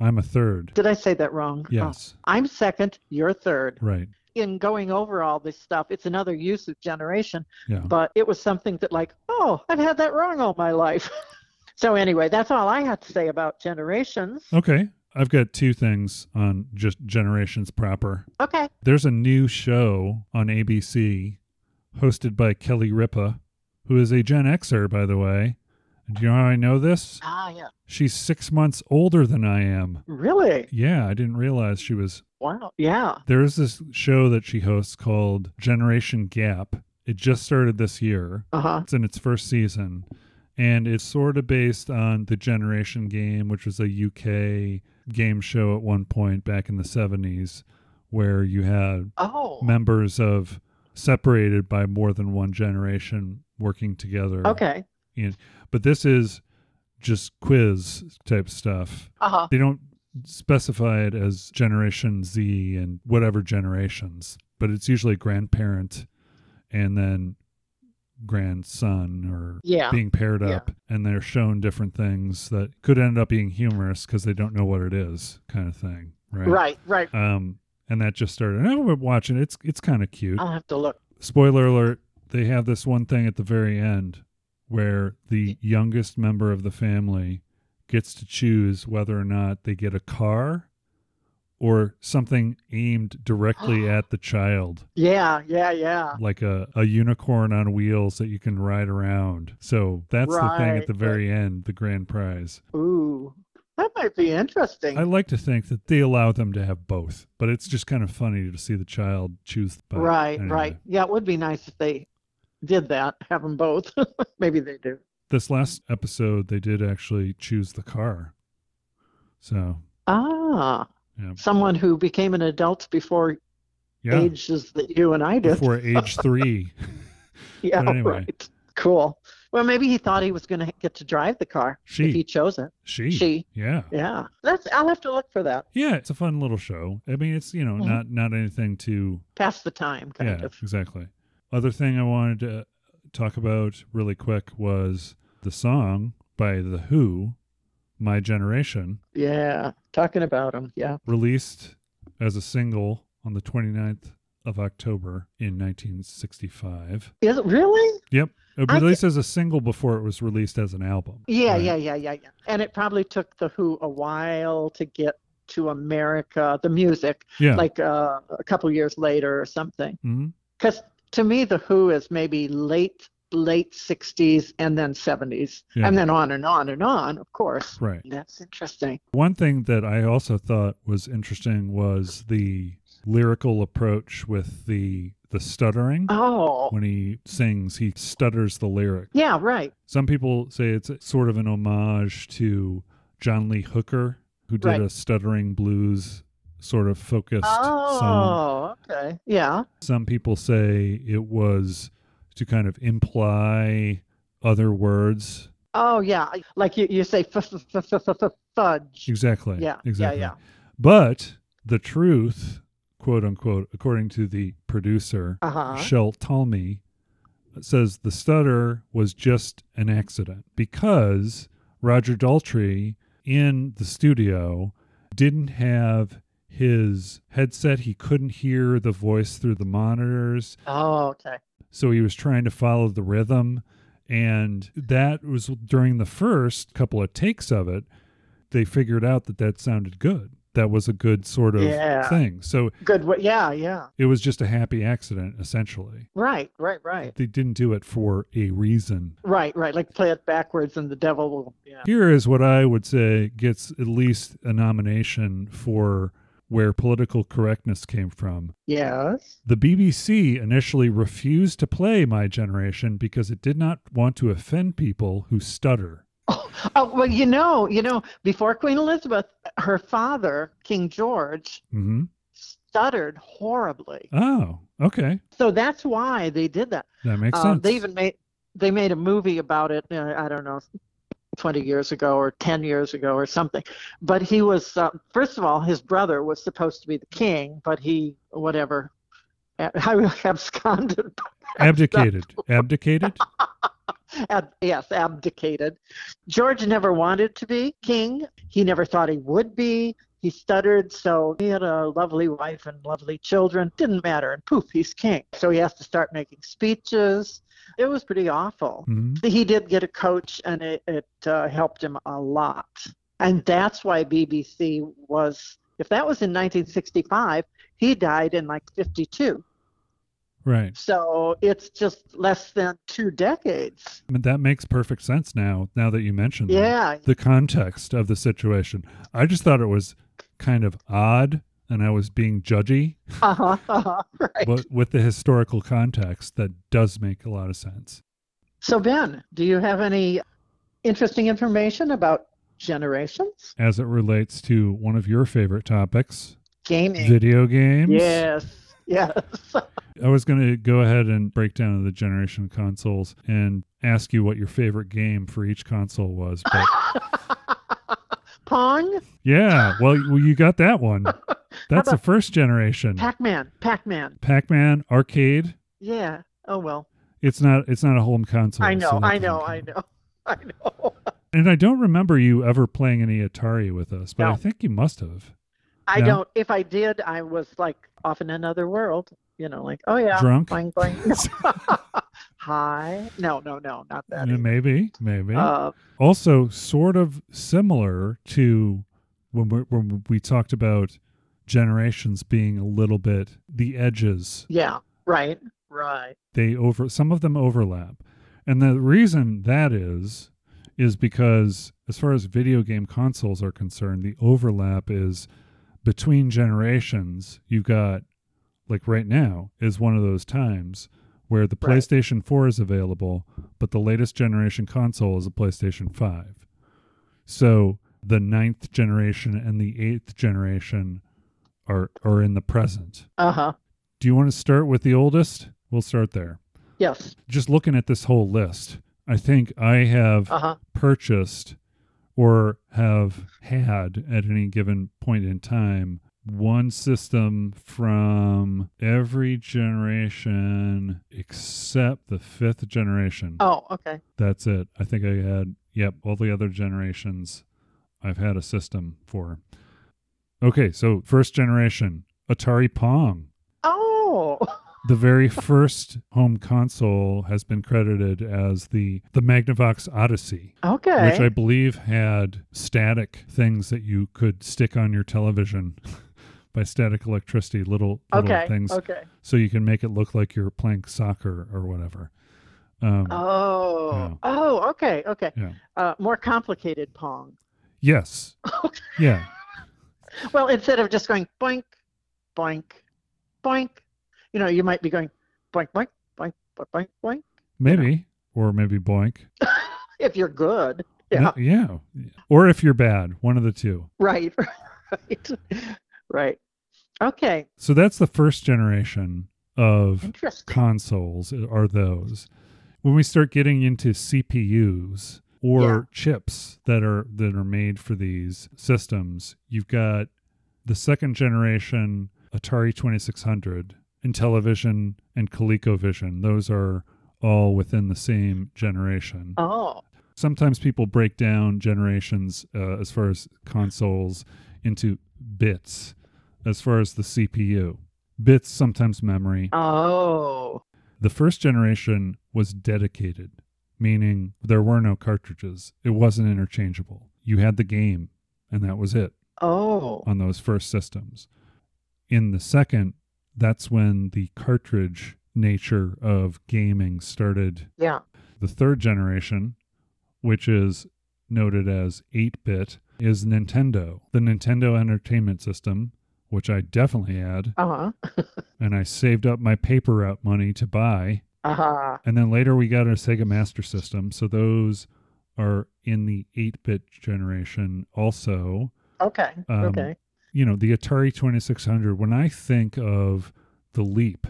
S2: I'm a third.
S1: Did I say that wrong? Oh,
S2: Yes.
S1: I'm second, you're third.
S2: Right.
S1: In going over all this stuff, it's another use of generation,
S2: Yeah.
S1: but it was something that, like, oh, I've had
S2: Mm.
S1: that wrong all my life. so, anyway, that's all I had to say about generations.
S2: Okay. I've got two things on just generations proper.
S1: Okay.
S2: There's a new show on ABC hosted by Kelly Ripa, who is a Gen Xer, by the way. And do you know how I know this?
S1: Ah, yeah.
S2: She's six months older than I am.
S1: Really?
S2: Yeah, I didn't realize she was
S1: Wow. Yeah.
S2: there is this show that she hosts called Generation Gap. It just started this year.
S1: Uh huh.
S2: It's in its first season. And it's sort of based on the Generation Game, which was a UK game show at one point back in the 70s, where you had
S1: Oh.
S2: members of separated by more than one generation working together.
S1: Okay.
S2: But this is just quiz type stuff.
S1: Uh huh.
S2: They don't specify it as Generation Z and whatever generations, but it's usually grandparent and then grandson or
S1: Yeah.
S2: being paired
S1: Yeah.
S2: up. And they're shown different things that could end up being humorous because they don't know what it is, kind of thing. Right.
S1: Right. Right.
S2: Um, and that just started. And I would watch it. It's, it's kind of cute
S1: I'll have to look.
S2: spoiler alert, they have this one thing at the very end where the youngest member of the family gets to choose whether or not they get a car or something aimed directly at the child,
S1: Yeah. Yeah. Yeah.
S2: like a, a unicorn on wheels that you can ride around. So that's the thing
S1: Right,
S2: at the very end, the grand prize.
S1: Ooh. That might be interesting.
S2: I like to think that they allow them to have both, but it's just kind of funny to see the child choose. but
S1: right.
S2: anyway.
S1: Right. Yeah. It would be nice if they did that. Have them both. Maybe they do.
S2: this last episode they did actually choose the car so
S1: Ah.
S2: Yeah.
S1: Someone who became an adult before
S2: yeah
S1: ages that you and I did.
S2: before age three
S1: yeah.
S2: but anyway.
S1: Right. Cool. Well, maybe he thought he was going to get to drive the car
S2: she,
S1: if he chose it.
S2: she
S1: she.
S2: yeah
S1: Yeah. That's. I'll have to look for that.
S2: yeah it's a fun little show i mean it's you know
S1: Mhm.
S2: not not anything too
S1: Pass the time, kind
S2: yeah
S1: of.
S2: exactly other thing i wanted to talk about really quick was the song by the who my generation
S1: Yeah. Talking about them. Yeah.
S2: released as a single on the 29th of october in 1965
S1: Is it really?
S2: It
S1: I
S2: released as a single before it was released as an album.
S1: Yeah,
S2: right?
S1: yeah, yeah, yeah, yeah. And it probably took the Who a while to get to America, the music,
S2: yeah.
S1: like uh, a couple years later or something.
S2: Mhm.
S1: Because to me, the Who is maybe late, late 60s and then 70s,
S2: Yeah.
S1: and then on and on and on, of course.
S2: right.
S1: That's interesting.
S2: One thing that I also thought was interesting was the lyrical approach with the the stuttering.
S1: Oh,
S2: When he sings, he stutters the lyric.
S1: yeah, right.
S2: Some people say it's sort of an homage to John Lee Hooker, who did
S1: Right.
S2: a stuttering blues sort of focused song.
S1: Oh, okay. Yeah.
S2: Some people say it was to kind of imply other words
S1: Oh, yeah. Like you, you say f- f- f- f- f- f- fudge.
S2: Exactly.
S1: Yeah, yeah,
S2: Exactly.
S1: yeah.
S2: But the truth, quote unquote, according to the producer,
S1: Uh huh.
S2: Shel Talmy, says the stutter was just an accident because Roger Daltrey in the studio didn't have his headset. He couldn't hear the voice through the monitors.
S1: Oh, okay.
S2: So he was trying to follow the rhythm. And that was during the first couple of takes of it. They figured out that that sounded good. That was a good sort of
S1: Yeah.
S2: thing. So
S1: Good. wa- Yeah, yeah.
S2: it was just a happy accident, essentially.
S1: Right, right, right.
S2: They didn't do it for a reason.
S1: Right, right. Like play it backwards and the devil will. Yeah.
S2: Here is what I would say gets at least a nomination for where political correctness came from.
S1: Yes.
S2: The BBC initially refused to play My Generation because it did not want to offend people who stutter.
S1: Oh, oh, well, you know, you know, before Queen Elizabeth, her father, King George,
S2: Mm-hmm.
S1: stuttered horribly.
S2: Oh, okay,
S1: So that's why they did that.
S2: that makes
S1: Uh,
S2: sense.
S1: they even made they made a movie about it. Uh, I don't know, 20 years ago or 10 years ago or something. But he was uh, first of all, his brother was supposed to be the king, but he whatever, uh, absconded
S2: abdicated, abdicated.
S1: Ab- yes, abdicated. George never wanted to be king. He never thought he would be. He stuttered, so he had a lovely wife and lovely children. Didn't matter. And poof, he's king. So he has to start making speeches. It was pretty awful.
S2: Mhm.
S1: He did get a coach, and it, it uh, helped him a lot. And that's why BBC was, if that was in 1965, he died in like 52.
S2: Right.
S1: So it's just less than two decades.
S2: I mean, that makes perfect sense now, now that you mentioned that.
S1: Yeah.
S2: the context of the situation. I just thought it was kind of odd and I was being judgy,
S1: Uh-huh, uh-huh, right.
S2: but with the historical context, that does make a lot of sense.
S1: so, Ben, do you have any interesting information about generations?
S2: As it relates to one of your favorite topics,
S1: Gaming.
S2: video games.
S1: Yes. Yes.
S2: I was going to go ahead and break down the generation of consoles and ask you what your favorite game for each console was. But
S1: Pong,
S2: Mm-hmm. yeah, well, well, you got that one. That's the
S1: about-
S2: first generation.
S1: Pac Man, Pac Man.
S2: Pac Man arcade.
S1: Yeah. Oh, well.
S2: It's not. It's not a home console.
S1: I know,
S2: so that
S1: I
S2: doesn't
S1: know, I
S2: count.
S1: know, I know.
S2: And I don't remember you ever playing any Atari with us, but I
S1: No.
S2: think you must have.
S1: I
S2: No?
S1: don't. If I did, I was like off in another world. You know, like oh yeah,
S2: Drunk?
S1: boing, boing. No. Hi. No, no, no, not that.
S2: Yeah, Maybe, maybe.
S1: Uh,
S2: also, sort of similar to when we when we talked about generations being a little bit the edges.
S1: yeah. Right. Right.
S2: They over some of them overlap, and the reason that is is because as far as video game consoles are concerned, the overlap is between generations. You've got like right now is one of those times where the
S1: Right.
S2: PlayStation 4 is available, but the latest generation console is a PlayStation 5. So the ninth generation and the eighth generation are are in the present.
S1: Uh huh.
S2: Do you want to start with the oldest? We'll start there.
S1: Yes.
S2: Just looking at this whole list, I think I have
S1: Uh huh.
S2: purchased or have had at any given point in time one system from every generation except the fifth generation.
S1: Oh, okay.
S2: That's it. I think I had, yep, all the other generations I've had a system for. Okay, so first generation Atari Pong.
S1: Oh,
S2: The very first home console has been credited as the the Magnavox Odyssey
S1: okay.
S2: which I believe had static things that you could stick on your television by static electricity, little, little
S1: okay.
S2: things,
S1: Okay.
S2: so you can make it look like you're playing soccer or whatever. Um,
S1: Oh.
S2: Yeah.
S1: Oh. Okay. Okay.
S2: Yeah.
S1: Uh, more complicated Pong.
S2: Yes.
S1: Okay.
S2: Yeah.
S1: Well, instead of just going boink, boink, boink, you know, you might be going boink, boink, boink, boink, boink, boink.
S2: Maybe. Or maybe boink.
S1: If you're good. Yeah.
S2: No- yeah. Or if you're bad, one of the two.
S1: Right. Right. Right. Okay.
S2: So that's the first generation of
S1: Interesting.
S2: consoles uh, are those when we start getting into CPUs or
S1: Yeah.
S2: chips that are that are made for these systems you've got the second generation Atari 2600 Intellivision and ColecoVision those are all within the same generation
S1: Oh.
S2: sometimes people break down generations uh, as far as consoles into bits as far as the CPU bits sometimes memory
S1: Oh.
S2: the first generation was dedicated, meaning there were no cartridges. It wasn't interchangeable. You had the game, and that was it
S1: Oh.
S2: on those first systems. In the second, that's when the cartridge nature of gaming started.
S1: Yeah.
S2: The third generation, which is noted as 8 bit, is Nintendo, the Nintendo Entertainment System, which I definitely had,
S1: Uh huh.
S2: and I saved up my paper route money to buy.
S1: Uh huh.
S2: And then later we got a Sega Master System. So those are in the 8 bit generation also.
S1: Okay.
S2: Um,
S1: okay.
S2: You know, the Atari 2600, when I think of the leap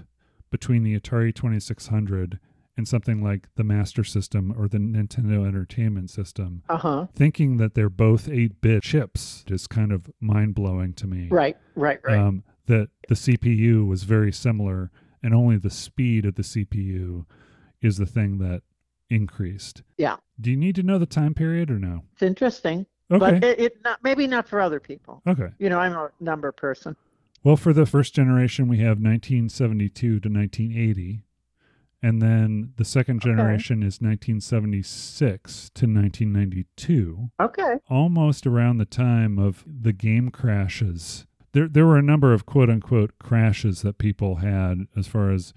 S2: between the Atari 2600 and something like the Master System or the Nintendo Entertainment System,
S1: Uh huh.
S2: thinking that they're both 8 bit chips is kind of mind blowing to me
S1: Right. Right. Right.
S2: um, that the CPU was very similar, and only the speed of the CPU is the thing that increased.
S1: Yeah.
S2: Do you need to know the time period or no?
S1: it's interesting,
S2: Okay.
S1: but it, it not maybe not for other people.
S2: okay.
S1: You know, I'm a number person.
S2: Well, for the first generation, we have 1972 to 1980, And then the second generation is 1976 to 1992,
S1: Okay.
S2: almost around the time of the game crashes. There, there were a number of quote unquote crashes that people had as far as,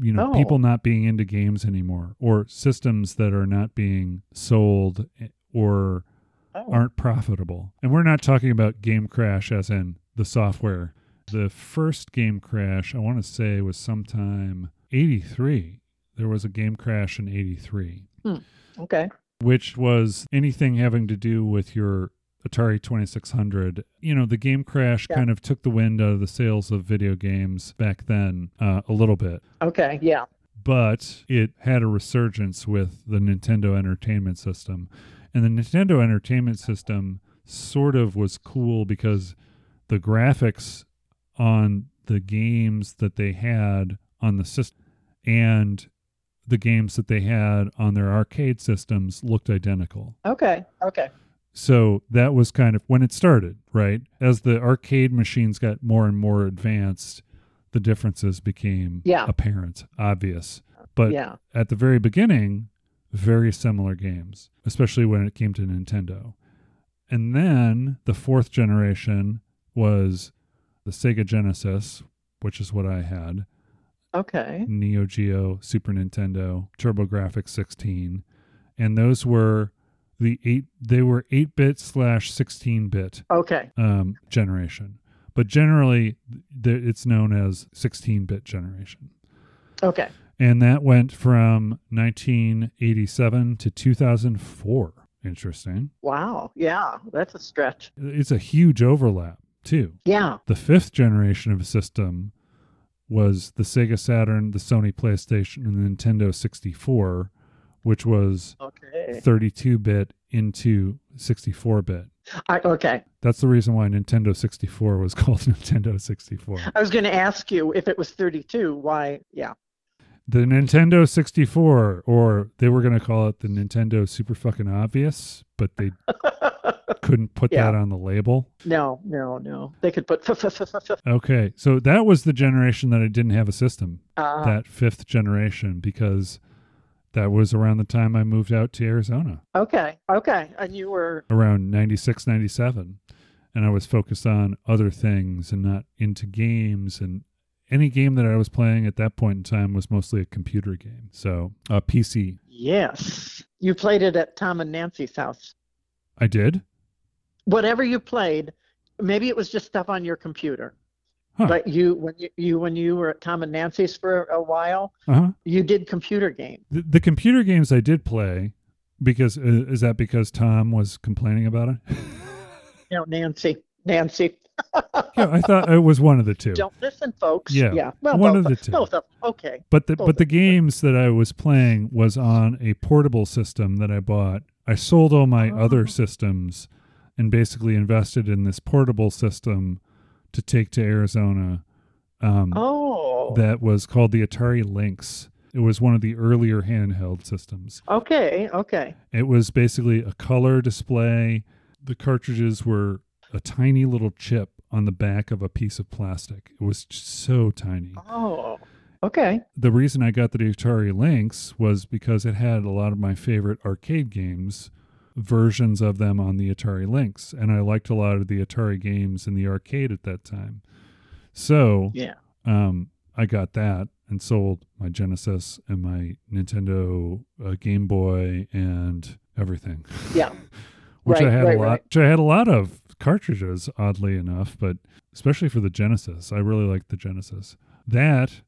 S2: you know,
S1: Oh.
S2: people not being into games anymore or systems that are not being sold eh, or
S1: Oh.
S2: aren't profitable. And we're not talking about game crash as in the software. The first game crash, I want to say, was sometime 83. There was a game crash in 83,
S1: Okay.
S2: which was anything having to do with your Atari 2600. You know, the game crash
S1: Yeah.
S2: kind of took the wind out of the sales of video games back then uh, a little bit
S1: Okay. Yeah.
S2: but it had a resurgence with the Nintendo Entertainment System. And the Nintendo Entertainment System sort of was cool because the graphics on the games that they had on the system and the games that they had on their arcade systems looked identical.
S1: Okay. Okay.
S2: So that was kind of when it started, right? As the arcade machines got more and more advanced, the differences became
S1: Yeah.
S2: apparent, obvious. But
S1: yeah.
S2: at the very beginning, very similar games, especially when it came to Nintendo. And then the fourth generation was the Sega Genesis, which is what I had,
S1: Okay.
S2: Neo Geo, Super Nintendo, TurboGrafx 16, and those were the eight. They were eight bit slash sixteen bit
S1: Okay.
S2: um, generation, but generally th- it's known as sixteen bit generation
S1: Okay.
S2: and that went from 1987 to 2004. Interesting.
S1: Wow. Yeah. That's a stretch.
S2: It's a huge overlap, too.
S1: Yeah.
S2: The fifth generation of a system was the Sega Saturn, the Sony PlayStation, and the Nintendo 64, which was
S1: Okay.
S2: 32 bit into 64 bit.
S1: I, okay.
S2: That's the reason why Nintendo 64 was called Nintendo 64.
S1: I was going to ask you if it was 32, why? Yeah.
S2: The Nintendo 64, or they were going to call it the Nintendo Super Fucking Obvious, but they couldn't put
S1: Yeah.
S2: that on the label.
S1: no, no, no. They could put. uh, f- f- f- f- f-
S2: Okay, so that was the generation that I didn't have a system,
S1: Uh,
S2: that fifth generation, because that was around the time I moved out to Arizona,
S1: okay. Okay. And you were.
S2: around 96, 97. And I was focused on other things and not into games. And any game that I was playing at that point in time was mostly a computer game. So uh, a PC.
S1: Yes. You played it at Tom and Nancy's house.
S2: I did?
S1: Whatever you played, maybe it was just stuff on your computer.
S2: Huh.
S1: But you, when you, you, when you were at Tom and Nancy's for a while,
S2: Uh huh.
S1: you did computer games.
S2: The, the computer games I did play because uh, is that because Tom was complaining about it?
S1: No, Nancy, Nancy.
S2: yeah, I thought it was one of the 2
S1: Don't listen, folks.
S2: Yeah,
S1: yeah. Well,
S2: one
S1: both,
S2: of the two.
S1: both of Okay.
S2: But the
S1: Both
S2: but the
S1: of them.
S2: games that I was playing was on a portable system that I bought. I sold all my
S1: Oh.
S2: other systems and basically invested in this portable system to take to Arizona. Um,
S1: Oh.
S2: That was called the Atari Lynx. It was one of the earlier handheld systems.
S1: okay. Okay.
S2: It was basically a color display. The cartridges were a tiny little chip on the back of a piece of plastic. It was just so tiny.
S1: Oh. Okay.
S2: the reason I got the Atari Lynx was because it had a lot of my favorite arcade games versions of them on the Atari Lynx, and I liked a lot of the Atari games in the arcade at that time. So
S1: Yeah.
S2: um, I got that and sold my Genesis and my Nintendo uh, Game Boy and everything.
S1: Yeah.
S2: which I
S1: Right,
S2: had
S1: right,
S2: a lot.
S1: right.
S2: Which I had a lot of cartridges, oddly enough, but especially for the Genesis, I really liked the Genesis. That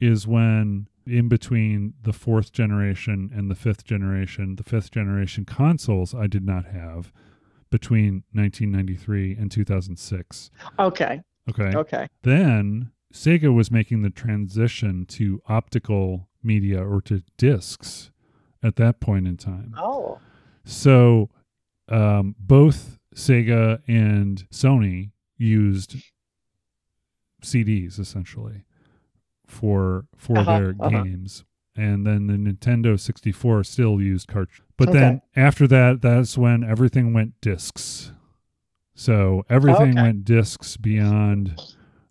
S2: is when in between the fourth generation and the fifth generation, the fifth generation consoles I did not have between 1993 and 2006.
S1: Okay.
S2: Okay
S1: Okay.
S2: then Sega was making the transition to optical media or to discs at that point in time.
S1: Oh.
S2: So um, both Sega and Sony used CDs essentially for for
S1: Uh-huh,
S2: their
S1: uh-huh.
S2: games. And then the Nintendo 64 still used cartridge. But
S1: Okay.
S2: then after that, that's when everything went discs. So everything
S1: Okay.
S2: went discs beyond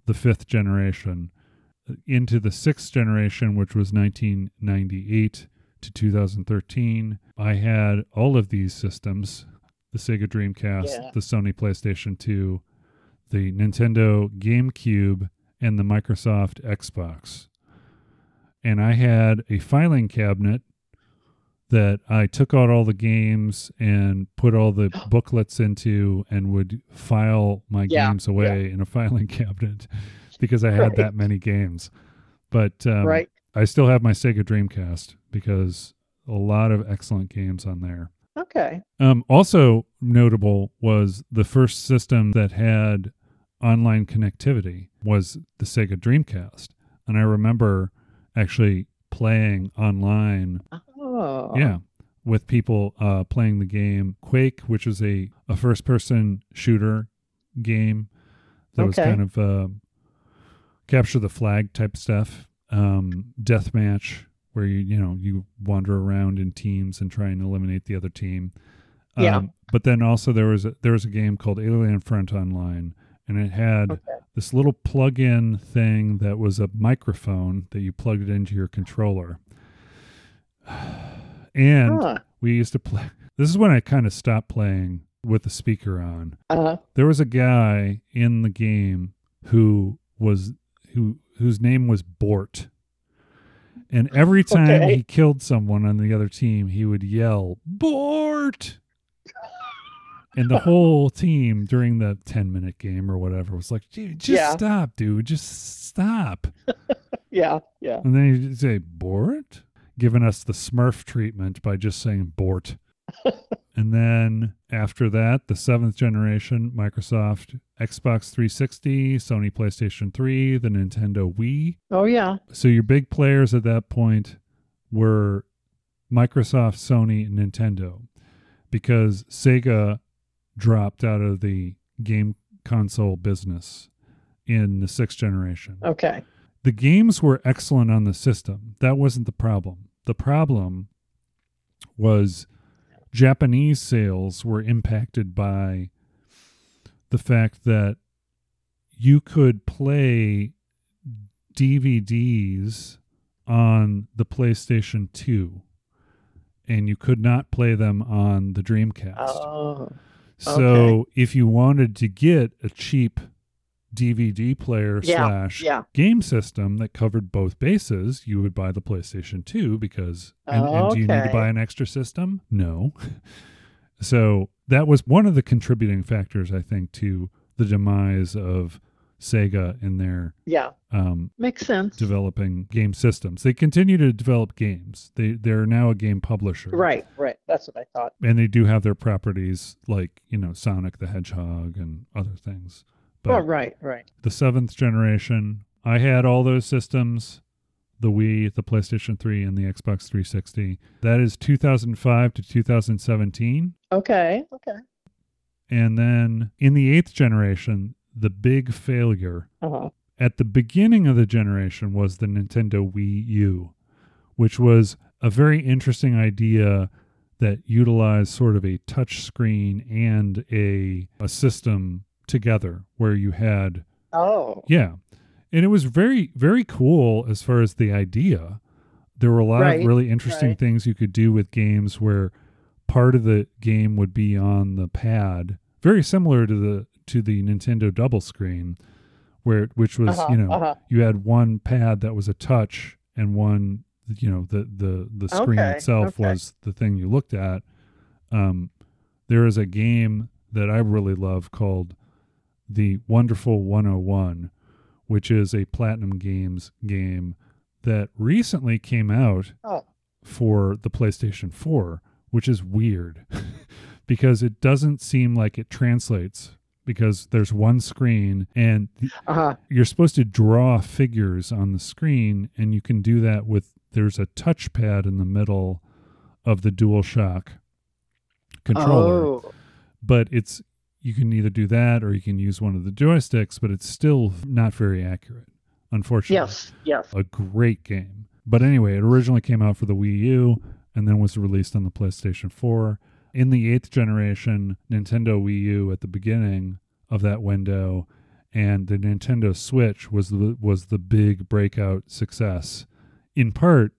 S2: the fifth generation. uh, into the sixth generation, which was 1998 to 2013. I had all of these systems the Sega Dreamcast,
S1: Yeah.
S2: the Sony PlayStation 2, the Nintendo GameCube, and the Microsoft Xbox. And I had a filing cabinet that I took out all the games and put all the booklets into and would file my
S1: Yeah,
S2: games away in a filing cabinet because I had
S1: Right.
S2: that many games. But um,
S1: right?
S2: I still have my Sega Dreamcast because a lot of excellent games on there.
S1: Okay.
S2: Um, also notable was the first system that had online connectivity was the Sega Dreamcast, and I remember actually playing online.
S1: Oh.
S2: Yeah, with people uh, playing the game Quake, which is a a first person shooter game that was
S1: Okay.
S2: kind of uh, capture the flag type stuff, um, deathmatch where you you know you wander around in teams and try and eliminate the other team. Um,
S1: Yeah.
S2: but then also there was a, there was a game called Alien Front Online, and it had
S1: Okay.
S2: this little plug-in thing that was a microphone that you plugged into your controller. And
S1: Huh.
S2: we used to play. This is when I kind of stopped playing with the speaker on
S1: Uh,
S2: there was a guy in the game who was who whose name was Bort. And every time
S1: Okay.
S2: he killed someone on the other team, he would yell, Bort. And the whole team during the 10 minute game or whatever was like, dude, just
S1: Yeah.
S2: stop, dude. Just stop.
S1: yeah. Yeah.
S2: And then he'd say, Bort? Giving us the smurf treatment by just saying Bort. and then after that, the seventh generation Microsoft Xbox 360, Sony PlayStation 3, the Nintendo Wii.
S1: Oh, yeah.
S2: So your big players at that point were Microsoft, Sony, and Nintendo because Sega dropped out of the game console business in the sixth generation
S1: Okay.
S2: the games were excellent on the system. That wasn't the problem. The problem was Japanese sales were impacted by the fact that you could play DVDs on the PlayStation 2 and you could not play them on the Dreamcast.
S1: Oh.
S2: So if you wanted to get a cheap DVD player
S1: Yeah,
S2: slash
S1: yeah.
S2: game system that covered both bases, you would buy the PlayStation 2 because and, and do you need to
S1: Okay.
S2: buy an extra system? No. so that was one of the contributing factors, I think, to the demise of Sega in their
S1: Yeah.
S2: um,
S1: Makes sense.
S2: developing game systems. They continue to develop games. They they're now a game publisher
S1: Right. Right. That's what I thought.
S2: and they do have their properties like you know sonic the hedgehog and other things but
S1: oh, right. Right.
S2: the seventh generation i had all those systems the wii the playstation 3 and the xbox 360 that is 2005 to 2017
S1: Okay. Okay.
S2: and then in the eighth generation the big failure
S1: Uh-huh.
S2: at the beginning of the generation was the Nintendo Wii U, which was a very interesting idea that utilized sort of a touch screen and a a system together where you had
S1: Oh.
S2: yeah. And it was very very cool as far as the idea. There were a lot
S1: Right,
S2: of really interesting
S1: right.
S2: things you could do with games where part of the game would be on the pad, very similar to the to the Nintendo double screen where which was,
S1: Uh-huh.
S2: you know,
S1: Uh-huh.
S2: you had one pad that was a touch and one you know the the the screen
S1: Okay,
S2: itself
S1: okay.
S2: was the thing you looked at um there is a game that i really love called the wonderful 101 which is a platinum games game that recently came out
S1: Oh.
S2: for the playstation 4 which is weird because it doesn't seem like it translates because there's one screen and the,
S1: Uh-huh.
S2: you're supposed to draw figures on the screen and you can do that with there's a touchpad in the middle of the DualShock controller
S1: Oh.
S2: but it's you can either do that or you can use one of the joysticks but it's still not very accurate unfortunately
S1: Yes. Yes.
S2: a great game but anyway it originally came out for the Wii U and then was released on the PlayStation 4 in the 8th generation Nintendo Wii U at the beginning of that window and the Nintendo Switch was the, was the big breakout success. In part,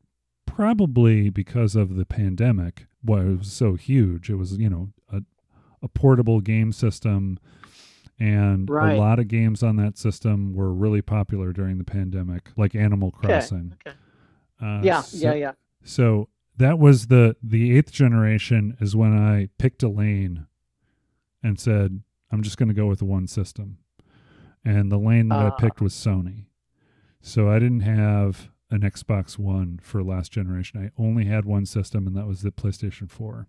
S2: probably because of the pandemic, why it was so huge. It was you know a, a portable game system, and
S1: Right.
S2: a lot of games on that system were really popular during the pandemic, like Animal Crossing.
S1: okay.
S2: Uh,
S1: yeah,
S2: so-
S1: yeah, yeah.
S2: So that was the the eighth generation is when I picked a lane and said I'm just going to go with the one system, and the lane that
S1: Ah.
S2: I picked was Sony. So I didn't have an Xbox One for last generation. I only had one system, and that was the PlayStation Four.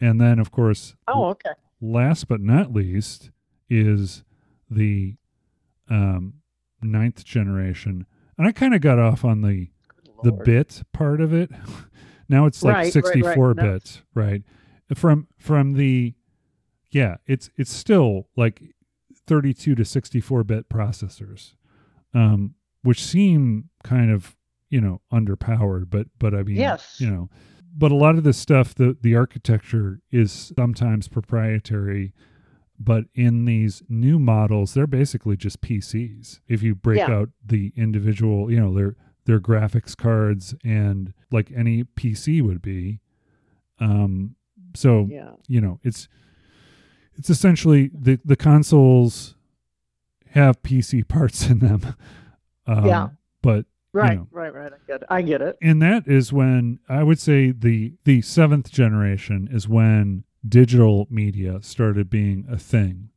S2: And then, of course,
S1: Oh, okay.
S2: last but not least is the um, ninth generation, and I kind of got off on the the
S1: Lord.
S2: bit part of it. now it's like
S1: Right, right, right.
S2: 64
S1: No.
S2: bits, right? From from the yeah, it's it's still like 32 to 64 bit processors. Um which seem kind of, you know, underpowered, but but I mean,
S1: Yes.
S2: you know, but a lot of this stuff the the architecture is sometimes proprietary but in these new models they're basically just PCs if you break
S1: Yeah.
S2: out the individual you know their their graphics cards and like any PC would be um so
S1: Yeah.
S2: you know it's it's essentially the the consoles have PC parts in them um,
S1: Yeah.
S2: but
S1: Right,
S2: know.
S1: right, right. I get it. I get it.
S2: and that is when I would say the the seventh generation is when digital media started being a thing,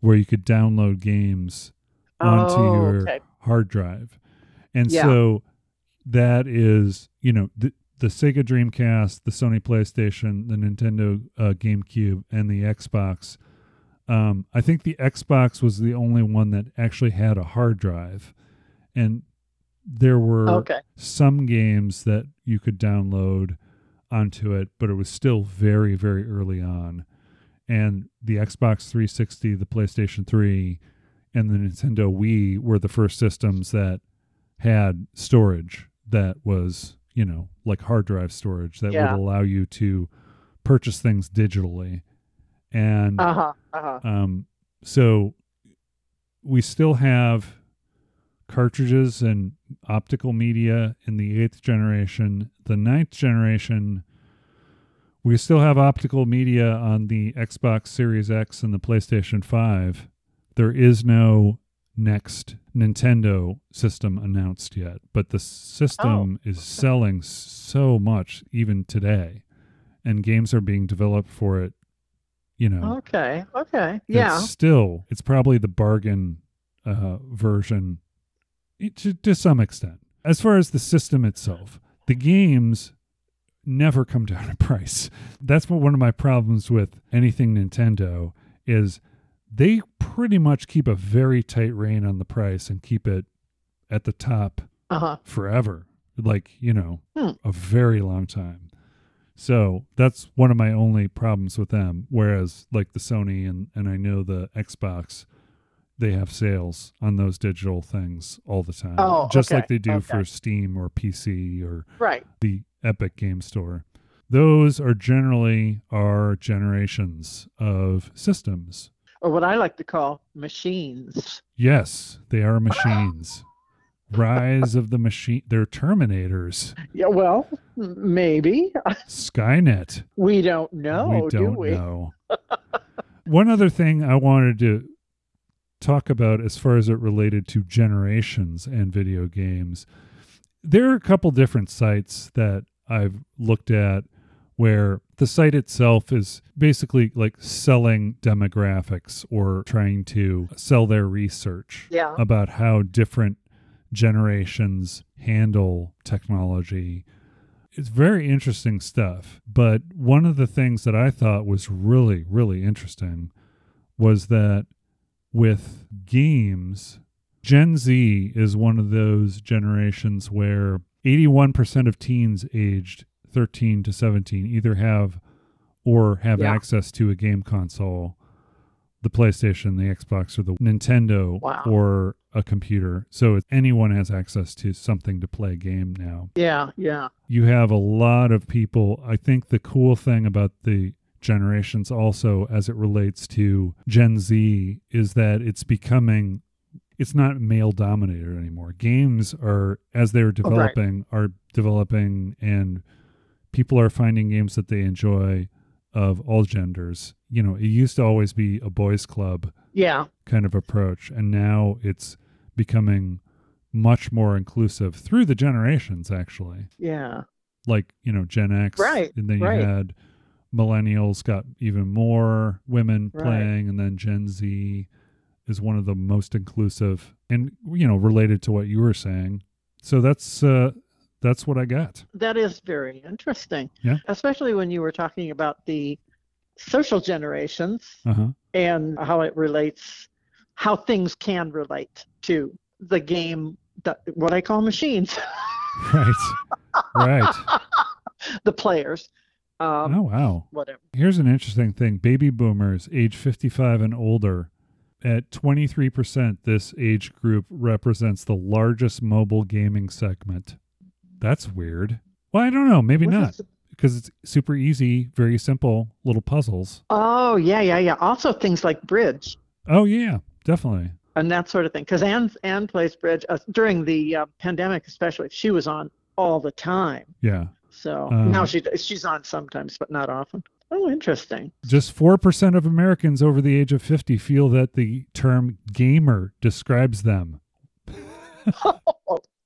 S2: where you could download games onto
S1: oh,
S2: your
S1: okay.
S2: hard drive, and
S1: Yeah.
S2: so that is you know the the Sega Dreamcast, the Sony PlayStation, the Nintendo uh, GameCube, and the Xbox. Um, I think the Xbox was the only one that actually had a hard drive, and there were
S1: Okay.
S2: some games that you could download onto it, but it was still very, very early on. And the Xbox 360, the PlayStation 3, and the Nintendo Wii were the first systems that had storage that was, you know, like hard drive storage that
S1: Yeah.
S2: would allow you to purchase things digitally. And
S1: Uh huh. Uh huh.
S2: um, so we still have cartridges and optical media in the eighth generation. The ninth generation, we still have optical media on the Xbox Series X and the PlayStation 5. There is no next Nintendo system announced yet, but the system is selling so much even today, and games are being developed for it. You know,
S1: Okay. Okay.
S2: it's
S1: Yeah.
S2: still it's probably the bargain uh, version it- to, to some extent as far as the system itself the games never come down in price that's what one of my problems with anything nintendo is they pretty much keep a very tight rein on the price and keep it at the top
S1: Uh huh.
S2: forever like you know
S1: Hmm.
S2: a very long time so that's one of my only problems with them whereas like the sony and and i know the xbox they have sales on those digital things all the time
S1: Oh,
S2: just
S1: okay,
S2: like they do
S1: okay.
S2: for steam or pc or
S1: Right.
S2: the epic game store those are generally our generations of systems
S1: Or what I like to call machines.
S2: yes they are machines rise of the machine they're terminators
S1: Yeah. Well, m- maybe
S2: Skynet.
S1: we don't know,
S2: we
S1: do
S2: don't
S1: we?
S2: know. One other thing I wanted to talk about as far as it related to generations and video games. There are a couple different sites that I've looked at where the site itself is basically like selling demographics or trying to sell their research
S1: Yeah.
S2: about how different generations handle technology. It's very interesting stuff. But one of the things that I thought was really, really interesting was that with games, Gen Z is one of those generations where 81% of teens aged 13 to 17 either have or have
S1: Yeah.
S2: access to a game console, the PlayStation, the Xbox, or the Nintendo,
S1: Wow.
S2: or a computer. So it's- anyone has access to something to play a game now
S1: Yeah. Yeah.
S2: you have a lot of people. I think the cool thing about the generations also as it relates to Gen Z is that it's becoming it's not male dominated anymore. Games are as they're developing are developing and people are finding games that they enjoy of all genders. You know, it used to always be a boys club
S1: Yeah.
S2: kind of approach and now it's becoming much more inclusive through the generations actually.
S1: Yeah.
S2: Like, you know, Gen X
S1: Right,
S2: and then
S1: right.
S2: you had millennials got even more women
S1: Right.
S2: playing and then Gen Z is one of the most inclusive and you know related to what you were saying. So that's uh that's what I got.
S1: That is very interesting.
S2: Yeah.
S1: Especially when you were talking about the social generations
S2: Uh-huh.
S1: and how it relates, how things can relate to the game, that, what I call machines,
S2: Right. right.
S1: the players, um,
S2: oh wow.
S1: whatever.
S2: Here's an interesting thing. Baby boomers age 55 and older at 23% this age group represents the largest mobile gaming segment. That's weird. Well, I don't know, maybe
S1: What
S2: not
S1: is-
S2: because it's super easy, very simple little puzzles.
S1: oh, yeah, yeah, yeah. Also things like bridge
S2: Oh yeah, definitely.
S1: and that sort of thing. Because Anne, Anne plays bridge uh, during the uh, pandemic, especially. She was on all the time.
S2: Yeah.
S1: So
S2: Um,
S1: now she she's on sometimes, but not often. Oh, interesting.
S2: Just 4% of Americans over the age of 50 feel that the term gamer describes them.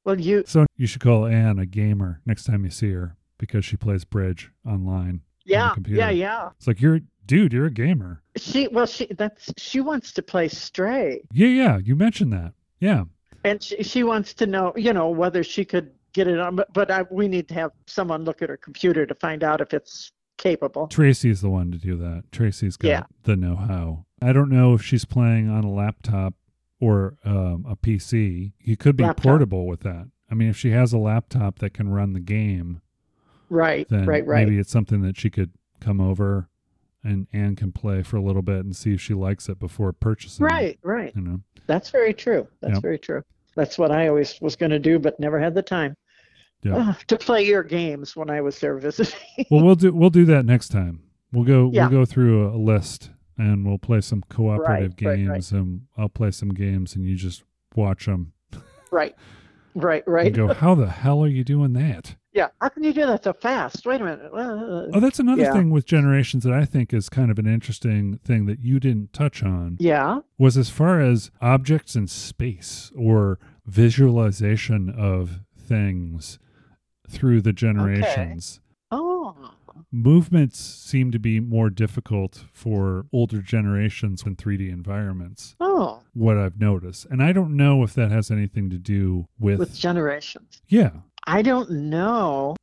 S1: Well, you
S2: So you should call Anne a gamer next time you see her because she plays bridge online.
S1: yeah
S2: computer.
S1: yeah yeah.
S2: It's like you're dude, you're a gamer.
S1: She well she that's she wants to play Stray,
S2: Yeah, yeah. You mentioned that. Yeah.
S1: and she she wants to know you know whether she could get it on. But, but I, we need to have someone look at her computer to find out if it's capable.
S2: Tracy's the one to do that. Tracy's got
S1: Yeah.
S2: the know how. I don't know if she's playing on a laptop or um, a PC. You could be
S1: Laptop.
S2: portable with that. I mean, if she has a laptop that can run the game,
S1: Right
S2: then
S1: right right.
S2: maybe it's something that she could come over and Anne can play for a little bit and see if she likes it before purchasing. it,
S1: Right, right.
S2: You know.
S1: That's very true. That's
S2: Yeah.
S1: very true. That's what I always was going to do, but never had the time
S2: Yeah.
S1: Ah, to play your games when I was there visiting.
S2: well, we'll do we'll do that next time. We'll go
S1: Yeah.
S2: we'll go through a, a list and we'll play some cooperative
S1: Right, right,
S2: games
S1: right.
S2: and I'll play some games and you just watch them
S1: right, right,
S2: and
S1: right.
S2: go, "How the hell are you doing that?"
S1: Yeah, how can you do that so fast? Wait a minute. Uh,
S2: Oh, that's another
S1: Yeah.
S2: thing with generations that I think is kind of an interesting thing that you didn't touch on
S1: yeah,
S2: was as far as objects in space or visualization of things through the generations.
S1: Oh,
S2: movements seem to be more difficult for older generations in 3D environments,
S1: oh,
S2: what I've noticed. And I don't know if that has anything to do with.
S1: with generations.
S2: yeah.
S1: I don't know.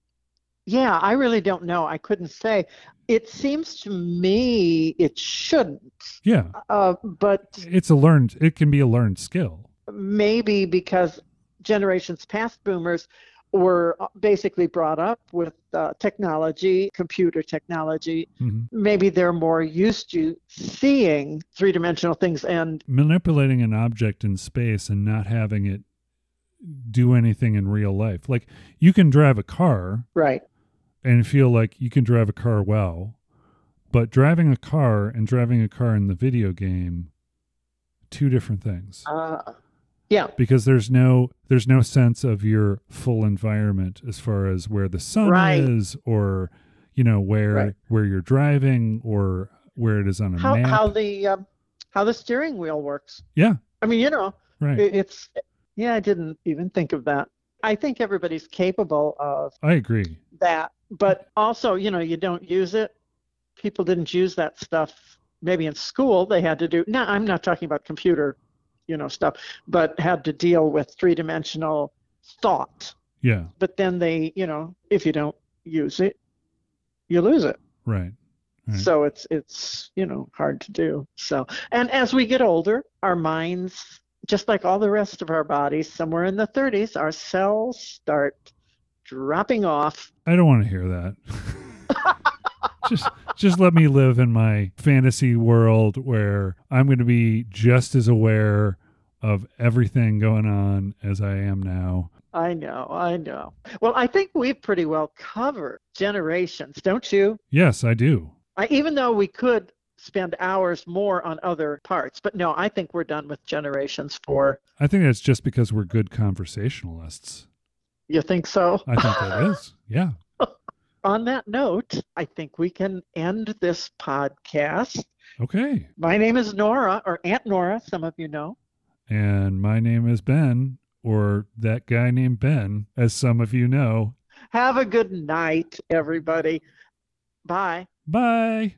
S1: Yeah, I really don't know. I couldn't say. It seems to me it shouldn't,
S2: Yeah.
S1: uh, but
S2: It's a learned, it can be a learned skill.
S1: maybe because generations past boomers were uh, basically brought up with uh, technology, computer technology.
S2: Mhm.
S1: Maybe they're more used to seeing three dimensional things and
S2: Manipulating an object in space and not having it do anything in real life. Like you can drive a car
S1: right.
S2: and feel like you can drive a car well, but driving a car and driving a car in the video game, two different things.
S1: Uh, yeah,
S2: because there's no there's no sense of your full environment as far as where the sun
S1: Right.
S2: is or you know where
S1: Right.
S2: where you're driving or where it is on a
S1: how
S2: map.
S1: how the um, how the steering wheel works.
S2: Yeah.
S1: I mean, you know,
S2: right.
S1: it, it's yeah. I didn't even think of that. I think everybody's capable of
S2: I agree.
S1: that, but also, you know, you don't use it. People didn't use that stuff. Maybe in school they had to do. No, I'm not talking about computer, you know, stuff, but had to deal with three dimensional thought.
S2: Yeah.
S1: But then they, you know, if you don't use it, you lose it.
S2: Right. Right.
S1: So it's it's you know hard to do. So and as we get older, our minds, just like all the rest of our bodies, somewhere in the 30s, our cells start dropping off.
S2: I don't want to hear that. just just let me live in my fantasy world where I'm going to be just as aware of everything going on as I am now.
S1: I know, I know. Well, I think we've pretty well covered generations, don't you?
S2: Yes, I do.
S1: I, even though we could spend hours more on other parts. But no, I think we're done with generations four.
S2: I think that's just because we're good conversationalists.
S1: You think so?
S2: I think that is. Yeah.
S1: On that note, I think we can end this podcast.
S2: Okay.
S1: My name is Nora, or Aunt Nora, some of you know.
S2: And my name is Ben, or that guy named Ben, as some of you know.
S1: Have a good night, everybody. Bye.
S2: Bye.